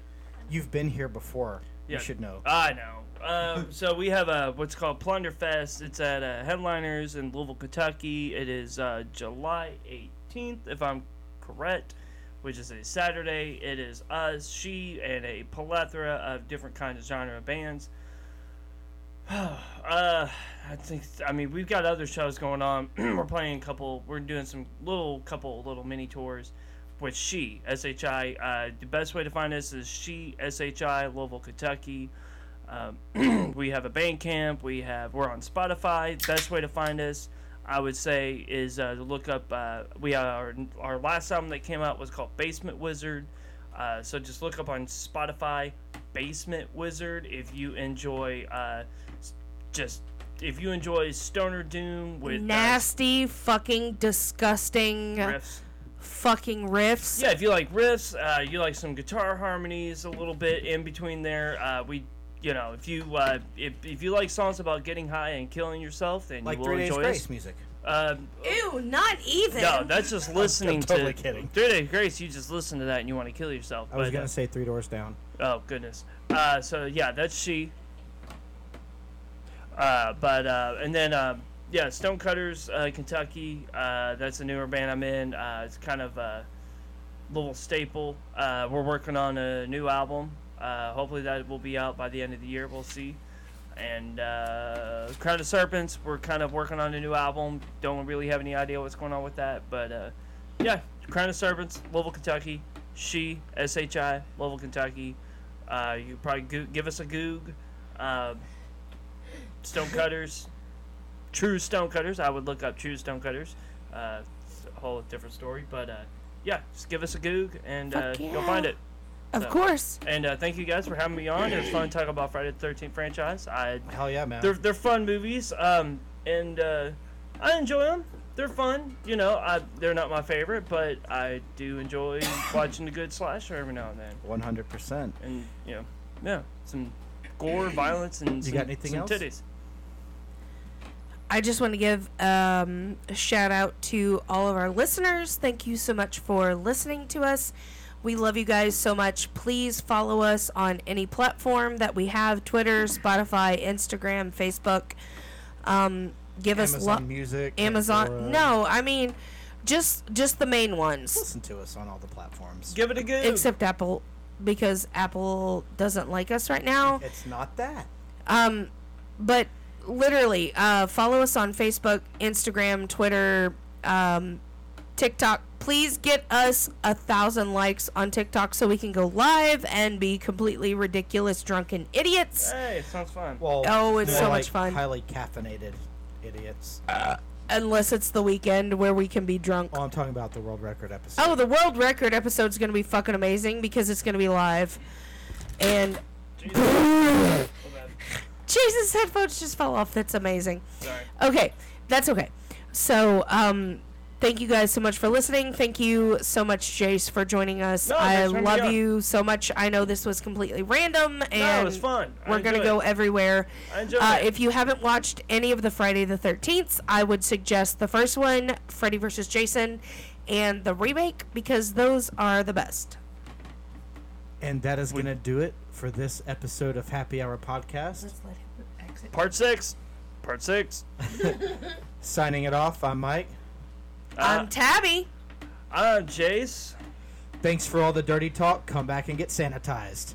You've been here before. You should know. I know. Um, so we have a what's called Plunder Fest. It's at uh, Headliners in Louisville, Kentucky. It is uh, July 18th, if I'm correct, which is a Saturday. It is us, she, and a plethora of different kinds of genre bands. uh, I think I mean we've got other shows going on. we're playing a couple. We're doing some little couple little mini tours with she S H I. Uh, the best way to find us is she S H I Louisville, Kentucky. Um, we have a band camp. We have we're on Spotify. Best way to find us, I would say, is uh, to look up. Uh, we our our last album that came out was called Basement Wizard. Uh, so just look up on Spotify, Basement Wizard. If you enjoy, uh, s- just if you enjoy stoner doom with uh, nasty, fucking, disgusting, riffs, fucking riffs. Yeah, if you like riffs, uh, you like some guitar harmonies a little bit in between there. Uh, we, you know, if you uh, if, if you like songs about getting high and killing yourself, then Like you will Three Days enjoy Grace us. music. Uh, Ew, not even. no, that's just listening totally to kidding. Three Days Grace. You just listen to that and you want to kill yourself. I was but, gonna uh, say Three Doors Down. Oh goodness. Uh, so yeah, that's she. Uh, but uh, and then uh, yeah, Stonecutters, uh, Kentucky. Uh, that's a newer band I'm in. Uh, it's kind of a little staple. Uh, we're working on a new album. Uh, hopefully that will be out by the end of the year. We'll see. and uh, Crowd of Serpents. We're kind of working on a new album. Don't really have any idea what's going on with that, but uh, yeah, Crown of Serpents, Louisville, Kentucky. She S H I Louisville, Kentucky. Uh, you probably goo give us a goog. Uh, stonecutters, true stonecutters. I would look up true stonecutters. Uh, it's a whole different story, but uh, yeah, just give us a goog and uh, Fuck you'll yeah. find it. Of So- course. And uh, thank you guys for having me on. It was fun talking about Friday the Thirteenth franchise. I Hell yeah, man. they're they're fun movies, um, and uh, I enjoy them. They're fun, you know. I, they're not my favorite, but I do enjoy watching the good slasher every now and then. 100%. And you know, yeah, some gore, violence, and some, got anything some else? titties. I just want to give um, a shout out to all of our listeners. Thank you so much for listening to us. We love you guys so much. Please follow us on any platform that we have Twitter, Spotify, Instagram, Facebook. Um, give us Amazon love. Music. uh, Amazon. Pandora. No, I mean, just just the main ones, Listen to us on all the platforms. Give it a go. except Apple, because Apple doesn't like us right now. It's not that. Um, but literally, uh, follow us on Facebook, Instagram, Twitter, um, TikTok. Please get us a thousand likes on TikTok so we can go live and be completely ridiculous, drunken idiots. hey, sounds fun. Well, Oh, it's they're so much like fun. Highly caffeinated idiots. Unless it's the weekend where we can be drunk. Oh, I'm talking about the world record episode. Oh, the world record episode's gonna be fucking amazing because it's gonna be live. And Jesus, headphones just fell off. That's amazing. Sorry. Okay, that's okay. So, um, thank you guys so much for listening. Thank you so much, Jace, for joining us. No, I thanks for having me love on. you so much. I know this was completely random, and No, it was fun. I we're gonna enjoyed go it. everywhere. I enjoyed Uh, it. if you haven't watched any of the Friday the Thirteenth, I would suggest the first one, Freddy vs. Jason, and the remake because those are the best. And that is going to do it for this episode of Happy Hour Podcast. Part six. Part six. Signing it off, I'm Mike. Uh, I'm Tabby. I'm Jace. Thanks for all the dirty talk. Come back and get sanitized.